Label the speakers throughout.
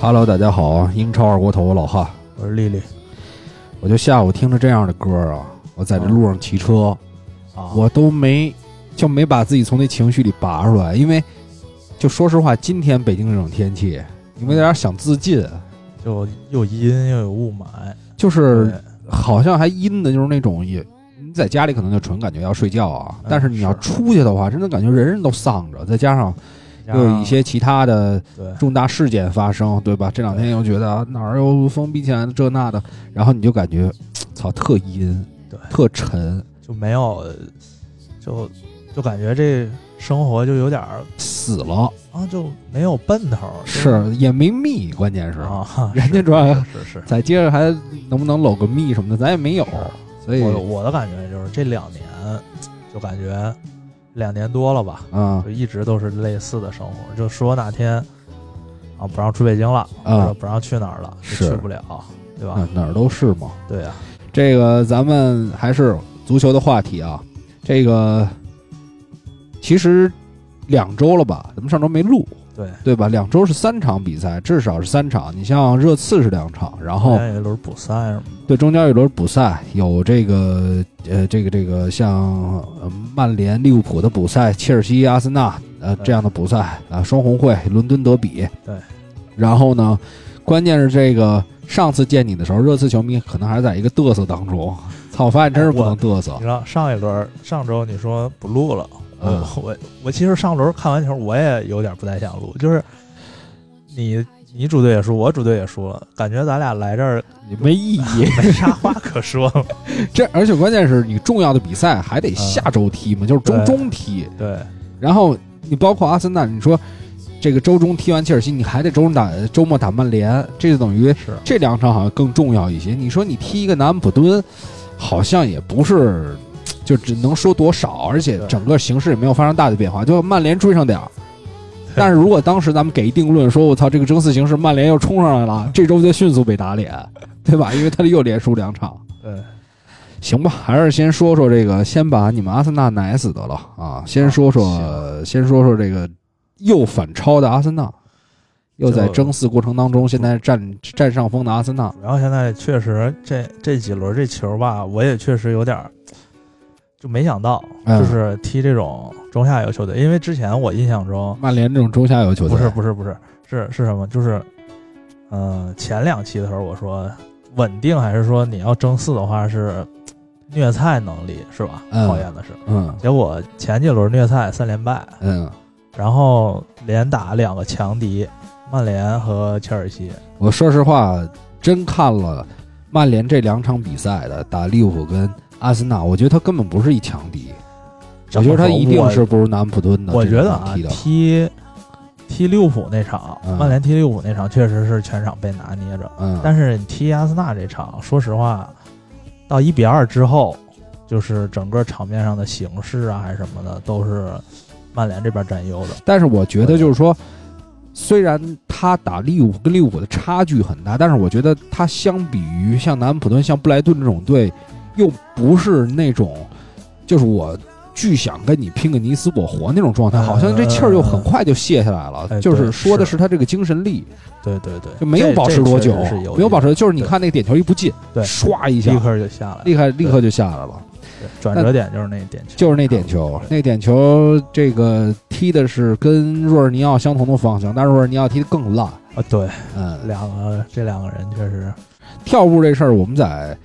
Speaker 1: Hello，大家好，英超二锅头老汉。
Speaker 2: 我是丽丽
Speaker 1: 我就下午听着这样的歌啊，我在这路上骑车，
Speaker 2: 啊
Speaker 1: 我都没就没把自己从那情绪里拔出来，因为就说实话，今天北京这种天气，你们有点想自尽，
Speaker 2: 嗯就又阴又有雾霾，
Speaker 1: 就是
Speaker 2: 对
Speaker 1: 好像还阴的，就是那种也你在家里可能就纯感觉要睡觉啊
Speaker 2: 嗯，
Speaker 1: 但是你要
Speaker 2: 是
Speaker 1: 出去的话，真的感觉人人都丧着，再加上
Speaker 2: 加
Speaker 1: 又有一些其他的
Speaker 2: 对
Speaker 1: 重大事件发生，对吧？这两天又觉得啊哪儿又封闭起来的这那的，然后你就感觉，操，特阴，
Speaker 2: 对
Speaker 1: 特沉，
Speaker 2: 就没有，就就感觉这生活就有点儿
Speaker 1: 死了，
Speaker 2: 啊就没有奔头儿，就是
Speaker 1: 也没蜜，关键是，
Speaker 2: 啊，
Speaker 1: 人家
Speaker 2: 是
Speaker 1: 主要
Speaker 2: 是是，
Speaker 1: 在街上还能不能搂个蜜什么的，咱也没有，哦所以
Speaker 2: 我我的感觉就是这两年就感觉两年多了吧，
Speaker 1: 啊
Speaker 2: 就一直都是类似的生活，就说哪天啊不让出北京了，
Speaker 1: 啊
Speaker 2: 或者不让去哪儿了，就是去不了，对吧？
Speaker 1: 啊哪儿都是嘛。
Speaker 2: 对啊，
Speaker 1: 这个咱们还是足球的话题啊，这个其实两周了吧，咱们上周没录，
Speaker 2: 对，
Speaker 1: 对吧？两周是三场比赛，至少是三场。你像热刺是两场，然后
Speaker 2: 有一轮补赛什么
Speaker 1: 对中间有一轮补赛，有这个呃这个这个像呃曼联、利物浦的补赛，切尔西、阿森纳呃这样的补赛啊、双红会、伦敦德比。
Speaker 2: 对，
Speaker 1: 然后呢，关键是这个上次见你的时候，热刺球迷可能还是在一个嘚瑟当中。操，我发现真是不能嘚瑟
Speaker 2: 你知道上一轮上周你说不录了，我、
Speaker 1: 嗯
Speaker 2: 我我其实上轮看完球我也有点不太想录，就是你你主队也输，我主队也输了，感觉咱俩来这儿
Speaker 1: 没意义。
Speaker 2: 没啥话可说了。
Speaker 1: 这而且关键是你重要的比赛还得下周踢嘛，就是周
Speaker 2: 对
Speaker 1: 中踢。
Speaker 2: 对
Speaker 1: 然后你包括阿森纳，你说这个周中踢完切尔西，你还得周中打周末打曼联，这就等于
Speaker 2: 是，
Speaker 1: 这两场好像更重要一些。你说你踢一个南安普敦，好像也不是就只能说多少，而且
Speaker 2: 对
Speaker 1: 整个形势也没有发生大的变化，就曼联追上点儿。但是如果当时咱们给一定论，说我操这个争四形势，曼联又冲上来了，这周就迅速被打脸，对吧？因为他又连输两场。
Speaker 2: 对
Speaker 1: 行吧，还是先说说这个，先把你们阿森纳奶死得了啊！先说说，先说说这个又反超的阿森纳，又在
Speaker 2: 就
Speaker 1: 争四过程当中，现在占占上风的阿森纳，
Speaker 2: 主要现在确实这这几轮这球吧，我也确实有点儿就没想到，
Speaker 1: 嗯
Speaker 2: 就是踢这种中下游球队，因为之前我印象中
Speaker 1: 曼联这种中下游球队
Speaker 2: 不是不是不是是是什么？就是，呃，前两期的时候我说稳定还是说你要争四的话是虐菜能力是吧？
Speaker 1: 嗯
Speaker 2: 考验的是，
Speaker 1: 嗯
Speaker 2: 结果前几轮虐菜三连败，
Speaker 1: 嗯，
Speaker 2: 然后连打两个强敌曼联和切尔西，
Speaker 1: 我说实话，真看了曼联这两场比赛的打利物浦跟阿森纳，我觉得他根本不是一强敌，我觉得他一定是不如南安普敦的，
Speaker 2: 我觉
Speaker 1: 这
Speaker 2: 得
Speaker 1: 场
Speaker 2: 啊
Speaker 1: 踢的
Speaker 2: 踢踢利物浦那场，
Speaker 1: 嗯
Speaker 2: 曼联踢利物浦那场确实是全场被拿捏着。
Speaker 1: 嗯，
Speaker 2: 但是你踢阿森纳这场，说实话，到一比二之后，就是整个场面上的形势啊，还是什么的，都是曼联这边占优的。
Speaker 1: 但是我觉得就是说，虽然他打利物浦跟利物浦的差距很大，但是我觉得他相比于像南安普顿、像布莱顿这种队，又不是那种就是我巨想跟你拼个你死我活那种状态，
Speaker 2: 嗯
Speaker 1: 好像这气儿又很快就泄下来了。
Speaker 2: 哎
Speaker 1: 就是
Speaker 2: 对
Speaker 1: 说的
Speaker 2: 是
Speaker 1: 是他这个精神力
Speaker 2: 对对对，
Speaker 1: 就没有
Speaker 2: 这
Speaker 1: 保持多久，
Speaker 2: 这确实是有
Speaker 1: 没有保
Speaker 2: 一
Speaker 1: 持，就是你
Speaker 2: 对
Speaker 1: 看那个点球一不进，
Speaker 2: 对
Speaker 1: 唰一下
Speaker 2: 点，立，刻就下来了。
Speaker 1: 立刻立刻就下来了。
Speaker 2: 对转折点就是那点球，
Speaker 1: 就是那点球，
Speaker 2: 对
Speaker 1: 那点球这个踢的是跟若尔尼奥相同的方向，但是若尔尼奥踢得更烂。
Speaker 2: 啊，对，
Speaker 1: 嗯，
Speaker 2: 两个这两个人确实
Speaker 1: 跳步这事儿，我们在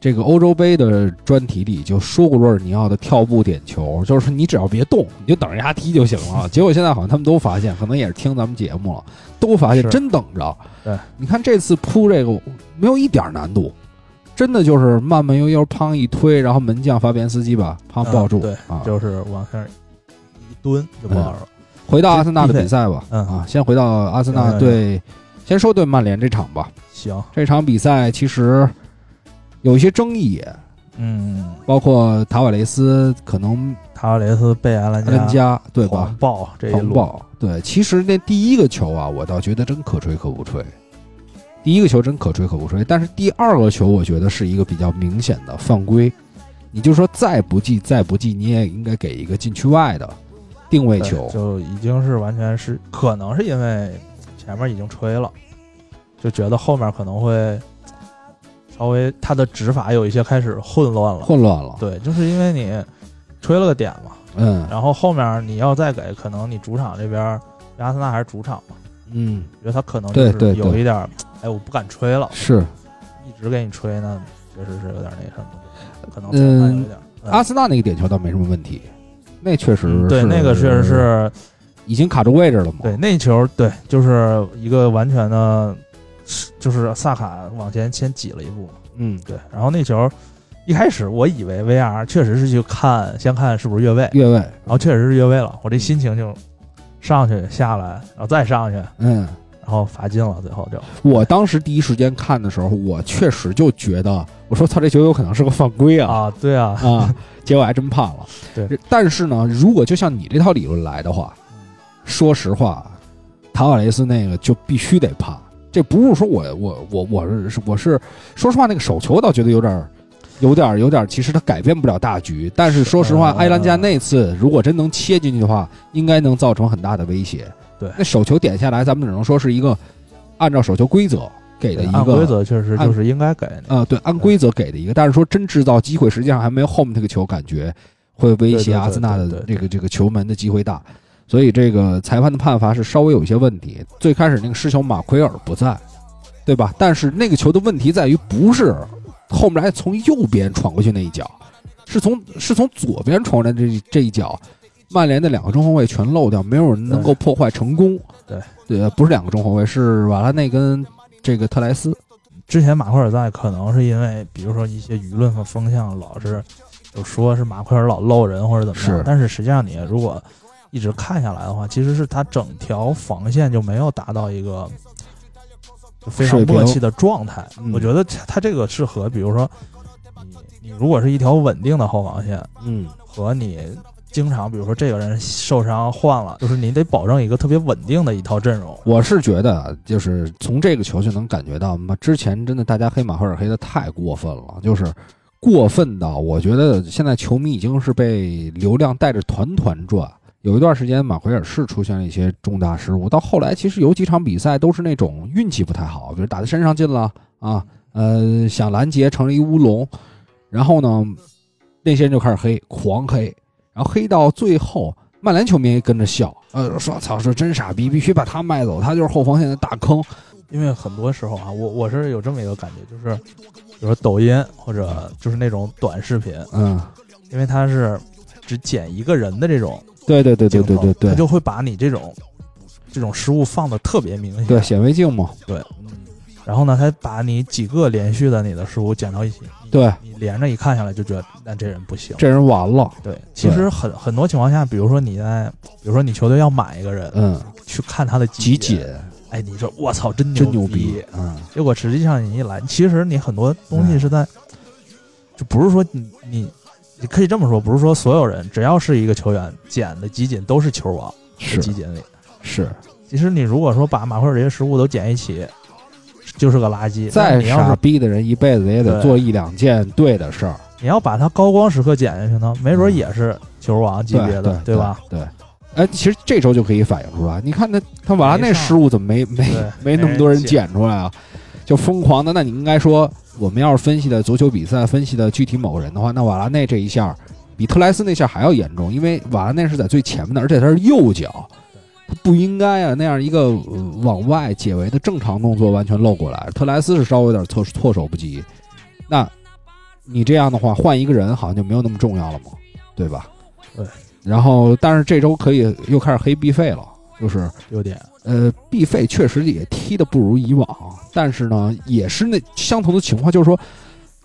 Speaker 1: 这个欧洲杯的专题里就说过，若尔尼奥的跳步点球，就是你只要别动，你就等着他踢就行 了。结果现在好像他们都发现，可能也是听咱们节目了，都发现
Speaker 2: 是
Speaker 1: 真等着。
Speaker 2: 对，
Speaker 1: 你看这次扑这个没有一点儿难度。真的就是慢慢悠悠，砰一推，然后门将法比安斯基把砰抱住，
Speaker 2: 嗯对
Speaker 1: 啊，
Speaker 2: 就是往那儿一蹲就不好了。
Speaker 1: 回到阿森纳的比赛吧，
Speaker 2: 嗯
Speaker 1: 啊，先回到阿森纳对，先说对曼联这场吧。
Speaker 2: 行，
Speaker 1: 这场比赛其实有一些争议，
Speaker 2: 嗯，
Speaker 1: 包括塔瓦雷斯可能
Speaker 2: 塔瓦雷斯被安兰
Speaker 1: 安加对吧
Speaker 2: 狂？暴这一
Speaker 1: 防
Speaker 2: 路，
Speaker 1: 爆对，其实那第一个球啊，我倒觉得真可吹可不吹。第一个球真可吹可不吹，但是第二个球我觉得是一个比较明显的犯规。你就说再不记再不记，你也应该给一个禁区外的定位
Speaker 2: 对
Speaker 1: 球。
Speaker 2: 就已经是完全是，可能是因为前面已经吹了，就觉得后面可能会稍微他的指法有一些开始混乱了。
Speaker 1: 混乱了。
Speaker 2: 对，就是因为你吹了个点嘛，
Speaker 1: 嗯
Speaker 2: 然后后面你要再给，可能你主场这边阿森纳还是主场嘛，
Speaker 1: 嗯，
Speaker 2: 我觉得他可能就
Speaker 1: 对对
Speaker 2: 是
Speaker 1: 对
Speaker 2: 有一点儿，哎，我不敢吹了，
Speaker 1: 是
Speaker 2: 一直给你吹呢，确实是有点那什么，可能裁判有点儿。嗯
Speaker 1: 阿森纳那个点球倒没什么问题，那确实
Speaker 2: 嗯对，
Speaker 1: 是
Speaker 2: 那个确实是
Speaker 1: 已经卡住位置了嘛。
Speaker 2: 对那球，对，就是一个完全的，就是萨卡往前先挤了一步，
Speaker 1: 嗯，
Speaker 2: 对，然后那球一开始我以为 VR 确实是去看，先看是不是越位，
Speaker 1: 越位，
Speaker 2: 然后确实是越位了，我这心情就上去下来，然后再上去，
Speaker 1: 嗯，
Speaker 2: 然后罚进了，最后就
Speaker 1: 我当时第一时间看的时候，我确实就觉得，我说操，这球有可能是个犯规啊
Speaker 2: 啊，对啊，
Speaker 1: 啊！ 结果还真判了。
Speaker 2: 对，
Speaker 1: 但是呢，如果就像你这套理论来的话，说实话，塔瓦雷斯那个就必须得判。这不是说我我我我是我是说实话，那个手球我倒觉得有点儿。有点儿有点儿，其实他改变不了大局。但是说实话，
Speaker 2: 嗯
Speaker 1: 埃兰加那次如果真能切进去的话，应该能造成很大的威胁。
Speaker 2: 对
Speaker 1: 那手球点下来，咱们只能说是一个按照手球规则给的一
Speaker 2: 按
Speaker 1: 个
Speaker 2: 规则确实
Speaker 1: 按
Speaker 2: 就是应该给那个
Speaker 1: 呃，对，按规则给的一个，但是说真制造机会，实际上还没有后面那个球感觉会威胁
Speaker 2: 对对对
Speaker 1: 阿森纳
Speaker 2: 对
Speaker 1: 的
Speaker 2: 对
Speaker 1: 这个这个球门的机会大，所以这个裁判的判罚是稍微有一些问题。最开始那个失球马奎尔不在，对吧？但是那个球的问题在于不是后面来从右边闯过去那一脚，是从是从左边闯过来的这这一脚。曼联的两个中后卫全漏掉，没有人能够破坏成功。
Speaker 2: 对
Speaker 1: 对，呃不是两个中后卫，是瓦拉内跟这个特莱斯。
Speaker 2: 之前马奎尔在，可能是因为比如说一些舆论和风向老是有说是马奎尔老漏人或者怎么样，
Speaker 1: 是
Speaker 2: 但是实际上你如果一直看下来的话，其实是他整条防线就没有达到一个就非常
Speaker 1: 水平
Speaker 2: 默契的状态。
Speaker 1: 嗯
Speaker 2: 我觉得他他这个是和比如说你你如果是一条稳定的后防线
Speaker 1: 嗯，
Speaker 2: 和你。经常，比如说这个人受伤换了，就是你得保证一个特别稳定的一套阵容。
Speaker 1: 我是觉得啊，就是从这个球就能感觉到，妈之前真的大家黑马赫尔黑的太过分了，就是过分到我觉得现在球迷已经是被流量带着团团转。有一段时间，马奎尔是出现了一些重大失误，到后来其实有几场比赛都是那种运气不太好，比如打在身上进了啊，呃，想拦截成了一乌龙，然后呢，那些人就开始黑，啊狂黑，然后黑到最后，曼联球迷也跟着笑，
Speaker 2: 嗯
Speaker 1: 呃，说操，说真傻逼，必须把他卖走，他就是后防线的大坑。
Speaker 2: 因为很多时候啊，我我是有这么一个感觉，就是比如说抖音或者就是那种短视频，
Speaker 1: 嗯，
Speaker 2: 因为它是只剪一个人的这种
Speaker 1: 对对对
Speaker 2: 镜
Speaker 1: 对
Speaker 2: 头，
Speaker 1: 对对
Speaker 2: 它
Speaker 1: 对，
Speaker 2: 就会把你这种这种失误放的特别明显。
Speaker 1: 对显微镜嘛，
Speaker 2: 然后呢，它把你几个连续的你的失误剪到一起，
Speaker 1: 对，
Speaker 2: 你连着一看下来就觉得那这人不行。
Speaker 1: 这人完了。
Speaker 2: 对，其实很很多情况下，比如说你在，比如说你球队要买一个人，
Speaker 1: 嗯，
Speaker 2: 去看他的
Speaker 1: 集
Speaker 2: 锦，
Speaker 1: 锦
Speaker 2: 哎，你说我操，真
Speaker 1: 真牛
Speaker 2: 逼
Speaker 1: 逼，嗯，
Speaker 2: 结果实际上你一来，其实你很多东西是在，就不是说你你你可以这么说，不是说所有人只要是一个球员捡的集锦都是球王在集
Speaker 1: 是
Speaker 2: 锦里。
Speaker 1: 是，
Speaker 2: 其实你如果说把马奎尔这些失误都捡一起，就是个垃圾。但
Speaker 1: 再
Speaker 2: 你要
Speaker 1: 傻
Speaker 2: 是
Speaker 1: 逼的人一辈子也得
Speaker 2: 对
Speaker 1: 做一两件对的事儿，
Speaker 2: 你要把他高光时刻捡下去呢，没准也是球王级
Speaker 1: 对
Speaker 2: 别的，
Speaker 1: 对
Speaker 2: 吧？？
Speaker 1: 对。哎，其实这时候就可以反映出来，你看他他瓦拉
Speaker 2: 没
Speaker 1: 那
Speaker 2: 上
Speaker 1: 失误怎么没没
Speaker 2: 对
Speaker 1: 没那么多人捡出来啊？就疯狂的，那你应该说，我们要是分析的足球比赛，分析的具体某个人的话，那瓦拉内这一下比特莱斯那下还要严重，因为瓦拉内是在最前面的，而且他是右脚，他不应该啊那样一个、呃往外解围的正常动作完全漏过来，特莱斯是稍微有点措措手不及。那你这样的话，换一个人好像就没有那么重要了嘛，对吧？
Speaker 2: 对。
Speaker 1: 然后，但是这周可以又开始黑必费了，就是
Speaker 2: 有点
Speaker 1: 呃，毕费确实也踢得不如以往，但是呢，也是那相同的情况，就是说，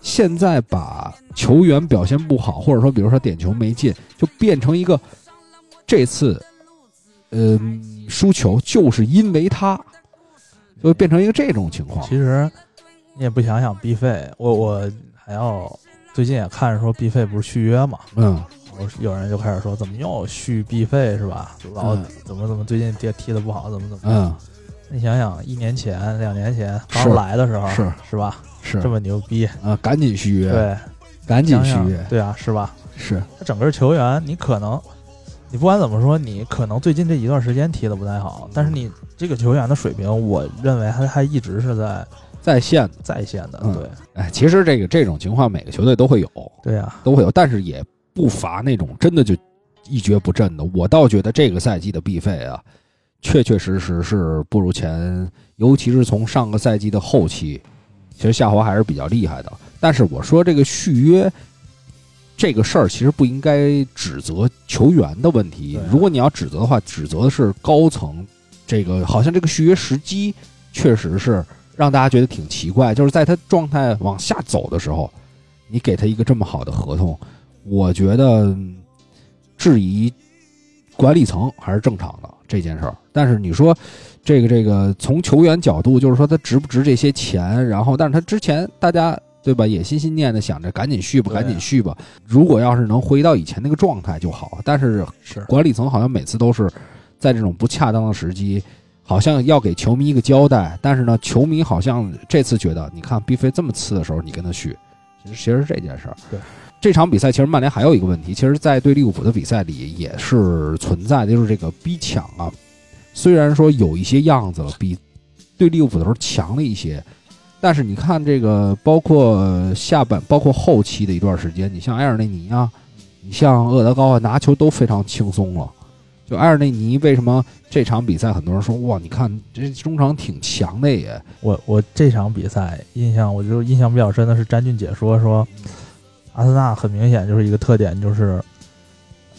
Speaker 1: 现在把球员表现不好，或者说比如说点球没进，就变成一个这次，呃，输球就是因为他，就变成一个这种情况。
Speaker 2: 其实你也不想想 B 费，我我还要最近也看说 B 费不是续约嘛，
Speaker 1: 嗯，
Speaker 2: 然后有人就开始说，怎么又续 B 费是吧？老
Speaker 1: 嗯
Speaker 2: 怎么怎么最近踢踢的不好，怎么怎么？
Speaker 1: 嗯，
Speaker 2: 你想想，一年前、两年前
Speaker 1: 是
Speaker 2: 刚来的时候，
Speaker 1: 是
Speaker 2: 是吧？
Speaker 1: 是
Speaker 2: 这么牛逼，
Speaker 1: 啊，赶紧续约，
Speaker 2: 对，
Speaker 1: 赶紧
Speaker 2: 想
Speaker 1: 续
Speaker 2: 想
Speaker 1: 约，
Speaker 2: 对啊，是吧？
Speaker 1: 是
Speaker 2: 他整个球员，你可能你不管怎么说，你可能最近这一段时间踢的不太好，但是你这个球员的水平，我认为还还一直是在
Speaker 1: 在线的。
Speaker 2: 在线的。
Speaker 1: 嗯
Speaker 2: 对，
Speaker 1: 哎，其实这个这种情况每个球队都会有，
Speaker 2: 对啊呀、
Speaker 1: 都会有，但是也不乏那种真的就一蹶不振的。我倒觉得这个赛季的 B 费啊，确确实实是不如前，尤其是从上个赛季的后期，其实下滑还是比较厉害的。但是我说这个续约这个事儿，其实不应该指责球员的问题
Speaker 2: 对啊。
Speaker 1: 如果你要指责的话，指责的是高层这个，好像这个续约时机确实是让大家觉得挺奇怪，就是在他状态往下走的时候，你给他一个这么好的合同，我觉得嗯质疑管理层还是正常的这件事儿。但是你说这个这个从球员角度，就是说他值不值这些钱，然后但是他之前大家对吧也心心念的想着赶紧续吧，
Speaker 2: 对啊
Speaker 1: 赶紧续吧。如果要是能回到以前那个状态就好，但是
Speaker 2: 是
Speaker 1: 管理层好像每次都是在这种不恰当的时机，好像要给球迷一个交代，但是呢，球迷好像这次觉得，你看 B 费这么次的时候，你跟他续，其实其实是这件事儿。
Speaker 2: 对，
Speaker 1: 这场比赛其实曼联还有一个问题，其实，在对利物浦的比赛里也是存在的，就是这个逼抢啊，虽然说有一些样子了，比对利物浦的时候强了一些。但是你看这个，包括下半，包括后期的一段时间，你像埃尔内尼啊，你像厄德高啊，拿球都非常轻松了。就埃尔内尼为什么这场比赛很多人说哇，你看这中场挺强的也，
Speaker 2: 我我这场比赛印象，我就印象比较深的是詹俊姐说说，阿森纳很明显就是一个特点，就是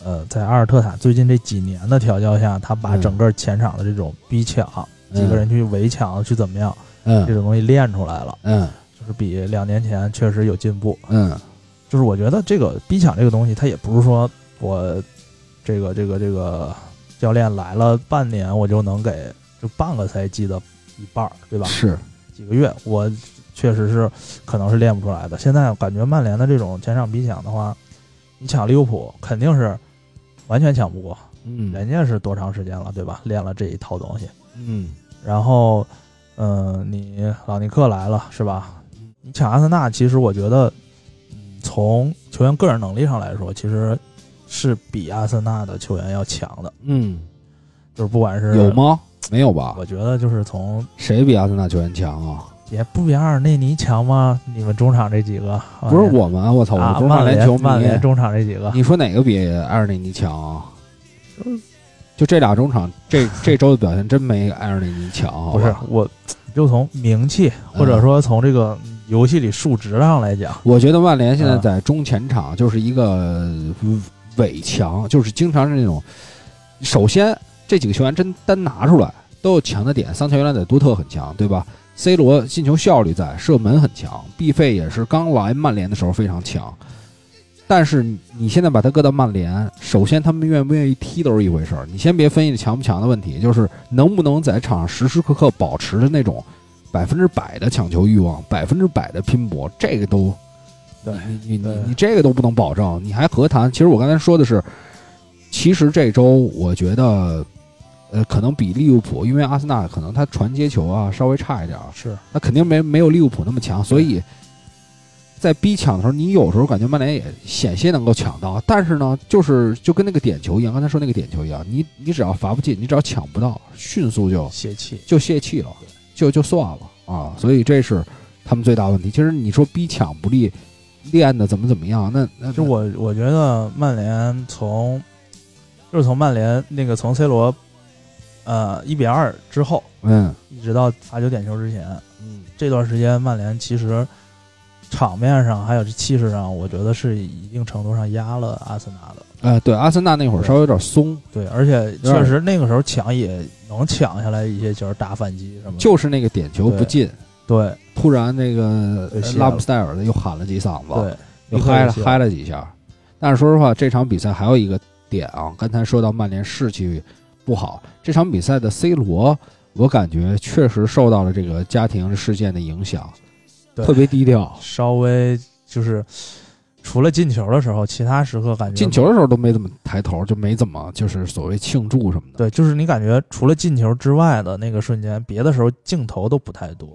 Speaker 2: 呃，在阿尔特塔最近这几年的调教下，他把
Speaker 1: 嗯
Speaker 2: 整个前场的这种逼抢、几个人去围抢去怎么样，这
Speaker 1: 嗯
Speaker 2: 种东西练出来了，
Speaker 1: 嗯
Speaker 2: 就是比两年前确实有进步。
Speaker 1: 嗯
Speaker 2: 就是我觉得这个逼抢这个东西，它也不是说我这个这个这个教练来了半年，我就能给就半个赛季的一半儿，对吧？
Speaker 1: 嗯是
Speaker 2: 几个月，我确实是可能是练不出来的。现在感觉曼联的这种前场逼抢的话，你抢利物浦肯定是完全抢不过，
Speaker 1: 嗯
Speaker 2: 人家是多长时间了，对吧？练了这一套东西，
Speaker 1: 嗯
Speaker 2: 然后，嗯、你老尼克来了是吧？
Speaker 1: 嗯
Speaker 2: 你抢阿森纳，其实我觉得，嗯，从球员个人能力上来说，其实是比阿森纳的球员要强的，
Speaker 1: 嗯，
Speaker 2: 就是不管是
Speaker 1: 有？吗？没有吧？
Speaker 2: 我觉得就是从
Speaker 1: 谁比阿森纳球员强啊？
Speaker 2: 也不比阿尔内尼强吗？你们中场这几个
Speaker 1: 不是我们啊，我操，
Speaker 2: 啊，
Speaker 1: 我不是
Speaker 2: 曼
Speaker 1: 联球迷。
Speaker 2: 曼联中场这几个，
Speaker 1: 你说哪个比埃尔内尼强啊？就这俩中场，这这周的表现真没埃尔内尼强，好
Speaker 2: 不是
Speaker 1: 吧？嗯
Speaker 2: 我，就从名气或者说从这个游戏里数值上来讲，
Speaker 1: 我觉得曼联现在在中前场就是一个呃伪强，就是经常是那种，首先这几个球员真单拿出来都有强的点，桑乔原来在多特很强，对吧？C 罗进球效率在，射门很强，B 费也是刚来曼联的时候非常强。但是你你现在把他搁到曼联，首先他们愿不愿意踢都是一回事儿。你先别分析强不强的问题，就是能不能在场上时时刻刻保持着那种百分之百的抢球欲望，百分之百的拼搏，这个都
Speaker 2: 对
Speaker 1: 你你你
Speaker 2: 对
Speaker 1: 你这个都不能保证，你还何谈？其实我刚才说的是，其实这周我觉得，呃，可能比利物浦，因为阿森纳可能他传接球啊稍微差一点儿，
Speaker 2: 是
Speaker 1: 那肯定没没有利物浦那么强，所以在逼抢的时候，你有时候感觉曼联也险些能够抢到，但是呢，就是就跟那个点球一样，刚才说那个点球一样，你你只要罚不进，你只要抢不到，迅速就
Speaker 2: 泄气。
Speaker 1: 就泄气了，就就算了啊。所以这是他们最大问题。其实你说逼抢不利，练的怎么怎么样，那那
Speaker 2: 就我我觉得曼联从，就是从曼联那个从 C 罗，呃一比二之后，
Speaker 1: 嗯
Speaker 2: 一直到罚九点球之前，
Speaker 1: 嗯
Speaker 2: 这段时间曼联其实场面上还有这气势上，我觉得是一定程度上压了阿森纳的。
Speaker 1: 呃，对，阿森纳那会儿稍微有点松，
Speaker 2: 对，而且
Speaker 1: 点
Speaker 2: 确实那个时候抢也能抢下来一些球，打反击什么的。
Speaker 1: 就是那个点球不进，
Speaker 2: 对
Speaker 1: 突然那个呃
Speaker 2: 对歇了
Speaker 1: 拉姆斯戴尔的又喊了几嗓子，
Speaker 2: 对，
Speaker 1: 又
Speaker 2: 立刻
Speaker 1: 嗨了
Speaker 2: 就
Speaker 1: 嗨了几下。但是说实话，这场比赛还有一个点啊，刚才说到曼联士气不好，这场比赛的 C 罗，我感觉确实受到了这个家庭事件的影响，
Speaker 2: 对
Speaker 1: 特别低调，
Speaker 2: 稍微就是除了进球的时候，其他时刻感觉
Speaker 1: 进球的时候都没怎么抬头，就没怎么就是所谓庆祝什么的。
Speaker 2: 对，就是你感觉除了进球之外的那个瞬间，别的时候镜头都不太多，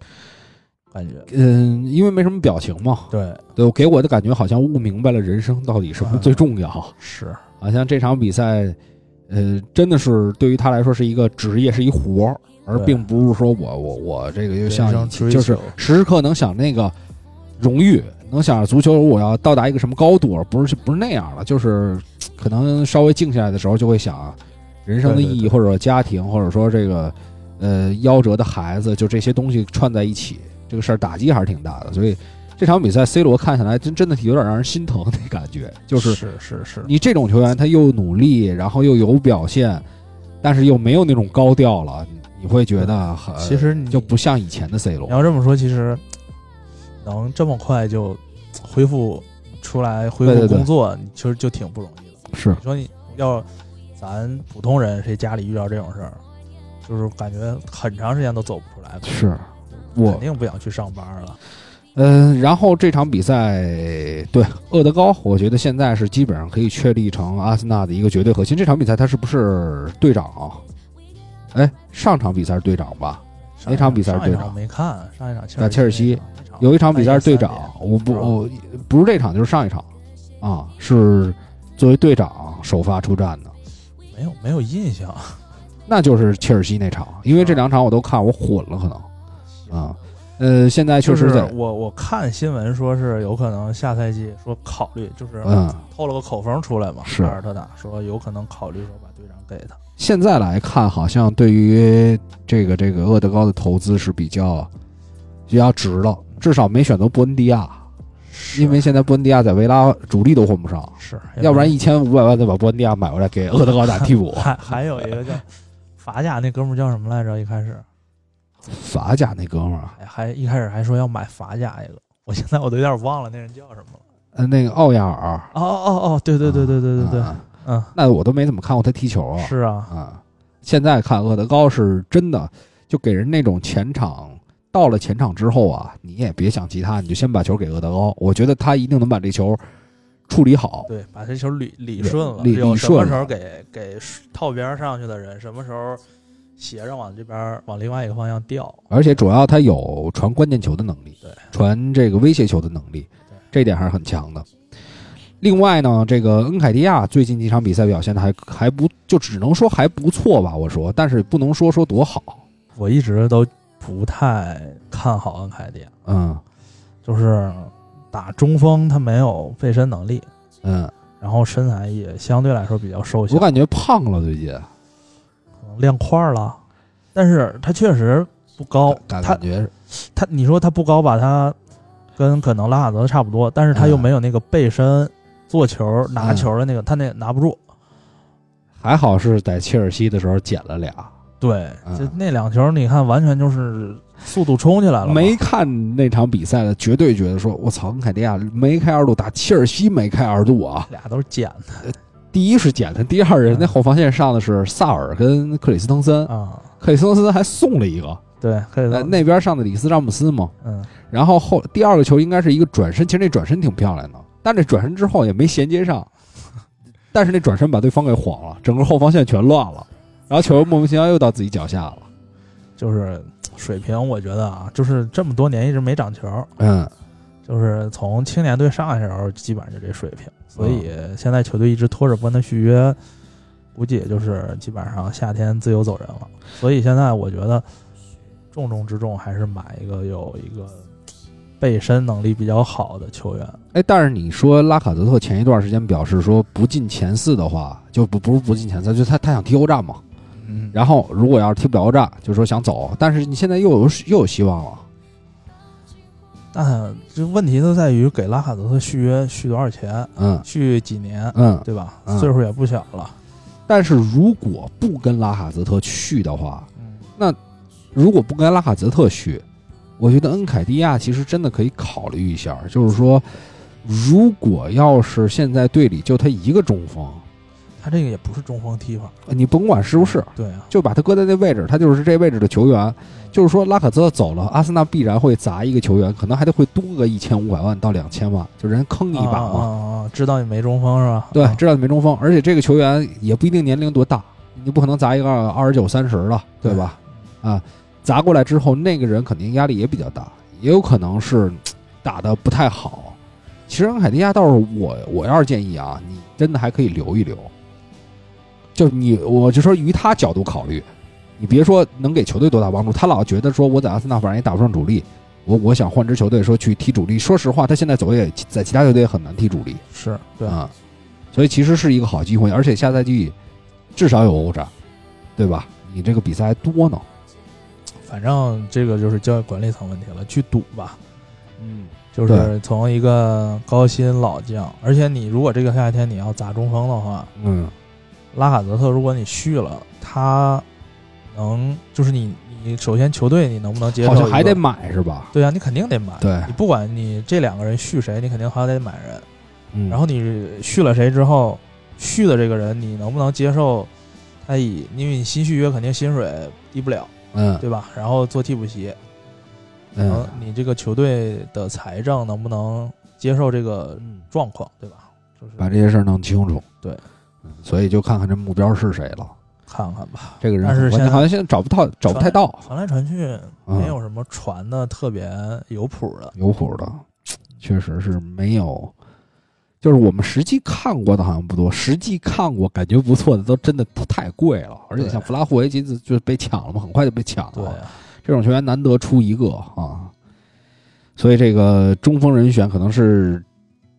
Speaker 2: 感觉
Speaker 1: 嗯，因为没什么表情嘛，
Speaker 2: 对
Speaker 1: 对，给啊我的感觉好像悟明白了人生到底什么最重要，
Speaker 2: 是
Speaker 1: 好像这场比赛呃，真的是对于他来说是一个职业，是一活儿，而
Speaker 2: 对
Speaker 1: 并不是说我我我这个就
Speaker 2: 人生
Speaker 1: 像
Speaker 2: 追
Speaker 1: 就是
Speaker 2: 求
Speaker 1: 时时刻能想那个荣誉，能想着足球我要到达一个什么高度，而不是不是那样了，就是可能稍微静下来的时候就会想人生的
Speaker 2: 对
Speaker 1: 意
Speaker 2: 对
Speaker 1: 义，
Speaker 2: 对
Speaker 1: 或者说家庭，或者说这个呃夭折的孩子，就这些东西串在一起，这个事儿打击还是挺大的。所以这场比赛，C 罗看下来真真的有点让人心疼的感觉，就是
Speaker 2: 是是是，
Speaker 1: 你这种球员，他又努力，然后又有表现，但是又没有那种高调了，你会觉得很
Speaker 2: 其实你
Speaker 1: 呃就不像以前的 C
Speaker 2: 你
Speaker 1: 罗。
Speaker 2: 要这么说，其实能这么快就恢复出来恢
Speaker 1: 对
Speaker 2: 复
Speaker 1: 对对
Speaker 2: 工作，你其实就挺不容易的。
Speaker 1: 是
Speaker 2: 你说你要咱普通人，谁家里遇到这种事儿，就是感觉很长时间都走不出来，
Speaker 1: 是，
Speaker 2: 肯
Speaker 1: 我
Speaker 2: 定不想去上班了。
Speaker 1: 嗯、然后这场比赛对厄德高，我觉得现在是基本上可以确立成阿森纳的一个绝对核心。这场比赛他是不是队长啊？哎，上场比赛是队长吧？
Speaker 2: 上
Speaker 1: 哪
Speaker 2: 一
Speaker 1: 场比赛是
Speaker 2: 上一
Speaker 1: 队
Speaker 2: 场
Speaker 1: 长
Speaker 2: 没看，上一场
Speaker 1: 打切尔西
Speaker 2: 那场
Speaker 1: 有一场比赛是队
Speaker 2: 半夜
Speaker 1: 长
Speaker 2: 三，
Speaker 1: 我不
Speaker 2: 是吧
Speaker 1: 我不是这场就是上一场啊，是作为队长首发出战的。
Speaker 2: 点没有没有印象
Speaker 1: 那就是切尔西那场，因
Speaker 2: 啊
Speaker 1: 为这两场我都看，我混了可能啊。呃，现在确
Speaker 2: 就
Speaker 1: 实
Speaker 2: 是
Speaker 1: 在，
Speaker 2: 我我看新闻说是有可能下赛季说考虑就是
Speaker 1: 嗯，
Speaker 2: 透了个口风出来嘛，
Speaker 1: 是
Speaker 2: 阿尔特塔说有可能考虑说把队长给他，
Speaker 1: 现在来看，好像对于这个这个厄德高的投资是比较比较值了，至少没选择布恩迪亚，因为现在布恩迪亚在维拉主力都混不上，
Speaker 2: 是
Speaker 1: 要不然
Speaker 2: 一
Speaker 1: 一千五百万再把布恩迪亚买回来给厄德高打替 补。
Speaker 2: 还还有一个叫法甲那哥们儿叫什么来着？一开始
Speaker 1: 法甲那哥们儿，
Speaker 2: 还还一开始还说要买法甲一个，我现在我都有点忘了那人叫什么了。
Speaker 1: 呃，那个奥亚尔，
Speaker 2: 哦哦哦，对对对对对对对，
Speaker 1: 啊
Speaker 2: 嗯，
Speaker 1: 那我都没怎么看过他踢球啊。
Speaker 2: 是啊，
Speaker 1: 啊，现在看厄德高是真的，就给人那种前场到了前场之后啊，你也别想其他，你就先把球给厄德高，我觉得他一定能把这球处理好。
Speaker 2: 对，把这球理理顺了，
Speaker 1: 理
Speaker 2: 有
Speaker 1: 理
Speaker 2: 什么
Speaker 1: 顺
Speaker 2: 时候
Speaker 1: 了
Speaker 2: 给给套边儿上去的人，什么时候斜着往这边儿往另外一个方向掉，
Speaker 1: 而且主要他有传关键球的能力
Speaker 2: 对，
Speaker 1: 传这个威胁球的能力
Speaker 2: 对，
Speaker 1: 这一点还是很强的。另外呢，这个恩凯迪亚最近几场比赛表现的还还不，就只能说还不错吧，我说，但是不能说说多好，
Speaker 2: 我一直都不太看好恩凯迪亚，
Speaker 1: 嗯
Speaker 2: 就是打中锋他没有背身能力，
Speaker 1: 嗯，
Speaker 2: 然后身材也相对来说比较瘦小
Speaker 1: 我，感觉胖了最近，
Speaker 2: 可能亮块儿了，但是他确实不高，
Speaker 1: 感
Speaker 2: 哦他
Speaker 1: 感觉是
Speaker 2: 他你说他不高吧，他跟可能拉卡泽差不多，但是他又
Speaker 1: 嗯
Speaker 2: 没有那个背身做球拿球的那个，他那拿不住。
Speaker 1: 还好是在切尔西的时候捡了俩，
Speaker 2: 对，
Speaker 1: 嗯
Speaker 2: 就那两球，你看完全就是速度冲起来了嘛，
Speaker 1: 没看那场比赛的，绝对觉得说，我操，恩凯迪亚梅开二度打切尔西梅开二度啊！
Speaker 2: 俩都是捡
Speaker 1: 第一是捡的，第二人
Speaker 2: 嗯
Speaker 1: 那后防线上的是萨尔跟克里斯滕森
Speaker 2: 的，啊。
Speaker 1: 克里斯滕森还送了一个，
Speaker 2: 对，可以
Speaker 1: 嗯呃
Speaker 2: 的，
Speaker 1: 那边上的里斯詹姆斯嘛。
Speaker 2: 嗯，
Speaker 1: 然后后第二个球应该是一个转身，其实那转身挺漂亮的，但这转身之后也没衔接 上，但是那转身把对方给晃了，整个后防线全乱了，然后球莫名其妙又到自己脚下了。
Speaker 2: 就是水平，我觉得啊，就是这么多年一直没涨球，
Speaker 1: 嗯，
Speaker 2: 就是从青年队上来的时候，基本上就这水平，所以
Speaker 1: 嗯
Speaker 2: 现在球队一直拖着不跟他续约，估计也就是基本上夏天自由走人了。所以现在我觉得重中之重还是买一个有一个背身能力比较好的球员。
Speaker 1: 哎，但是你说拉卡泽特前一段时间表示说不进前四的话，就不不是不进前四，就他他想踢欧战嘛。
Speaker 2: 嗯
Speaker 1: 然后如果要是踢不了欧战，就说想走，但是你现在又有又有希望了。
Speaker 2: 但这问题都在于给拉卡泽特续约续多少钱，
Speaker 1: 嗯
Speaker 2: 续几年，
Speaker 1: 嗯，
Speaker 2: 对吧？
Speaker 1: 嗯
Speaker 2: 岁数也不小了，
Speaker 1: 但是如果不跟拉卡泽特去的话，
Speaker 2: 嗯，
Speaker 1: 如果不跟拉卡泽特续，我觉得恩凯迪亚其实真的可以考虑一下，就是说，如果要是现在队里就他一个中锋，
Speaker 2: 他这个也不是中锋踢法，
Speaker 1: 你甭管是不是，
Speaker 2: 对啊，
Speaker 1: 就把他搁在那位置，他就是这位置的球员。就是说，拉卡泽特走了，阿森纳必然会砸一个球员，可能还得会多个一千五百万到两千万，就人坑你一把
Speaker 2: 啊
Speaker 1: 嘛。
Speaker 2: 啊啊啊知道你没中锋是吧？
Speaker 1: 对
Speaker 2: 啊，
Speaker 1: 知道你没中锋，而且这个球员也不一定年龄多大，你不可能砸一个二十九、三十了，对吧？
Speaker 2: 哎
Speaker 1: 啊，砸过来之后，那个人肯定压力也比较大，也有可能是嘖打得不太好。其实恩凯迪亚倒是我，我要是建议啊，你真的还可以留一留，就你，我就说于他角度考虑，你别说能给球队多大帮助，他老觉得说我在阿森纳反正也打不上主力，我我想换支球队说去踢主力。说实话，他现在走也在其他球队也很难踢主力
Speaker 2: 是对，
Speaker 1: 啊、所以其实是一个好机会，而且下赛季至少有欧战，对吧？你这个比赛还多呢，
Speaker 2: 反正这个就是交易管理层问题了，去赌吧。
Speaker 1: 嗯，
Speaker 2: 就
Speaker 1: 对
Speaker 2: 是从一个高薪老将，而且你如果这个夏天你要砸中锋的话，
Speaker 1: 嗯，
Speaker 2: 拉卡泽特如果你续了，他能就是你你首先球队你能不能接受
Speaker 1: 好
Speaker 2: 一个？
Speaker 1: 像还得买是吧？
Speaker 2: 对啊，你肯定得买。
Speaker 1: 对
Speaker 2: 你不管你这两个人续谁，你肯定还得买人。
Speaker 1: 嗯，
Speaker 2: 然后你续了谁之后，续的这个人你能不能接受？他以因为你新续约肯定薪水低不了，
Speaker 1: 嗯
Speaker 2: 对吧？然后做替补席，然后
Speaker 1: 嗯
Speaker 2: 你这个球队的财政能不能接受这个
Speaker 1: 嗯，
Speaker 2: 状况，对吧？就是
Speaker 1: 把这些事儿弄清楚。
Speaker 2: 对
Speaker 1: 嗯，所以就看看这目标是谁了。
Speaker 2: 看看吧。
Speaker 1: 这个人
Speaker 2: 但
Speaker 1: 很
Speaker 2: 是
Speaker 1: 关键
Speaker 2: 现在
Speaker 1: 好像现在找不到，找不太到，
Speaker 2: 传来传去，
Speaker 1: 嗯
Speaker 2: 没有什么传的特别有谱的。
Speaker 1: 有谱的，确实是没有。就是我们实际看过的好像不多，实际看过感觉不错的都真的太贵了，而且
Speaker 2: 对
Speaker 1: 像弗拉霍维奇就就被抢了嘛，很快就被抢
Speaker 2: 对
Speaker 1: 了。
Speaker 2: 啊，
Speaker 1: 这种球员难得出一个啊，所以这个中锋人选可能是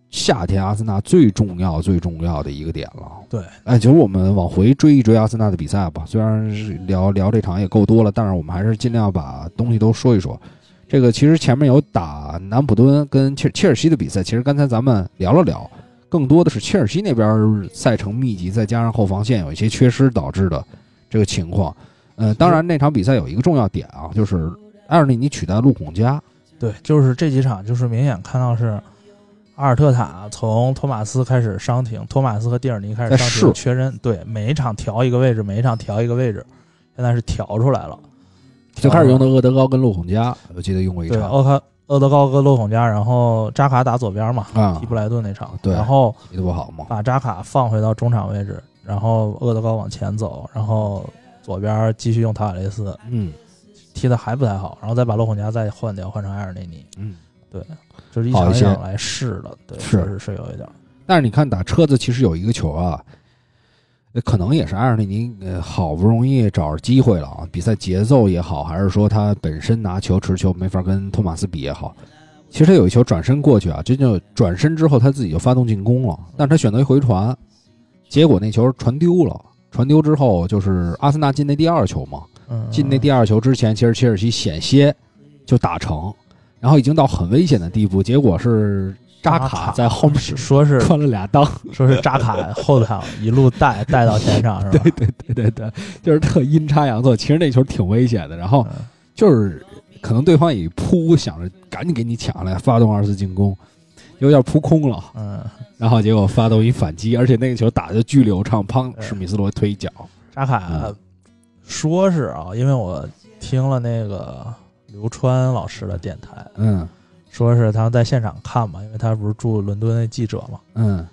Speaker 1: 夏天阿森纳最重要最重要的一个点了。
Speaker 2: 对，
Speaker 1: 哎，其实我们往回追一追阿森纳的比赛吧，虽然是聊聊这场也够多了，但是我们还是尽量把东西都说一说。这个其实前面有打南普敦跟切切尔西的比赛，其实刚才咱们聊了聊，更多的是切尔西那边赛程密集，再加上后防线有一些缺失导致的这个情况。呃，当然那场比赛有一个重要点啊，就是埃尔内尼取代陆孔加，
Speaker 2: 对，就是这几场，就是明显看到是阿尔特塔从托马斯开始伤停，托马斯和蒂尔尼开始
Speaker 1: 在
Speaker 2: 伤
Speaker 1: 试
Speaker 2: 停，缺人。对，每一场调一个位置，每一场调一个位置，现在是调出来了。
Speaker 1: 最开始用的厄德高跟陆孔加，我记得用过一
Speaker 2: 对，
Speaker 1: 场
Speaker 2: 奥卡厄德高跟洛孔加，然后扎卡打左边嘛，
Speaker 1: 啊
Speaker 2: 踢，布莱顿那场，
Speaker 1: 对
Speaker 2: 然后
Speaker 1: 踢得不好嘛，
Speaker 2: 把扎卡放回到中场位置，然后厄德高往前走，然后左边继续用塔瓦雷斯，
Speaker 1: 嗯
Speaker 2: 踢的还不太好，然后再把洛孔加再换掉，换成埃尔内尼，
Speaker 1: 嗯。
Speaker 2: 就是一
Speaker 1: 好
Speaker 2: 场
Speaker 1: 一些
Speaker 2: 场来试的，对，
Speaker 1: 是
Speaker 2: 确实是有一点。
Speaker 1: 但是你看打车子，其实有一个球啊，呃可能也是埃尔内尼呃好不容易找着机会了啊，比赛节奏也好，还是说他本身拿球持球没法跟托马斯比也好。其实他有一球转身过去啊，这就转身之后他自己就发动进攻了，但是他选择一回传，结果那球传丢了。传丢之后就是阿森纳进那第二球嘛，
Speaker 2: 嗯，
Speaker 1: 进那第二球之前，其实切尔西险些就打成，然后已经到很危险的地步，结果是扎
Speaker 2: 扎
Speaker 1: 卡
Speaker 2: 卡
Speaker 1: 在后面
Speaker 2: 说是
Speaker 1: 穿了俩裆，
Speaker 2: 说是扎卡后场一路带带到前场是吧？
Speaker 1: 对对对，就是特阴差阳错。其实那球挺危险的，然后
Speaker 2: 嗯
Speaker 1: 就是可能对方也扑，想着赶紧给你抢下来，发动二次进攻，有点扑空了，
Speaker 2: 嗯，
Speaker 1: 然后结果发动一反击，而且那个球打的巨流畅，砰，
Speaker 2: 对
Speaker 1: 史密斯罗推一脚，
Speaker 2: 扎卡
Speaker 1: 嗯
Speaker 2: 说是啊，因为我听了那个刘川老师的电台，
Speaker 1: 嗯
Speaker 2: 说是他们在现场看嘛，因为他不是驻伦敦的记者嘛，
Speaker 1: 嗯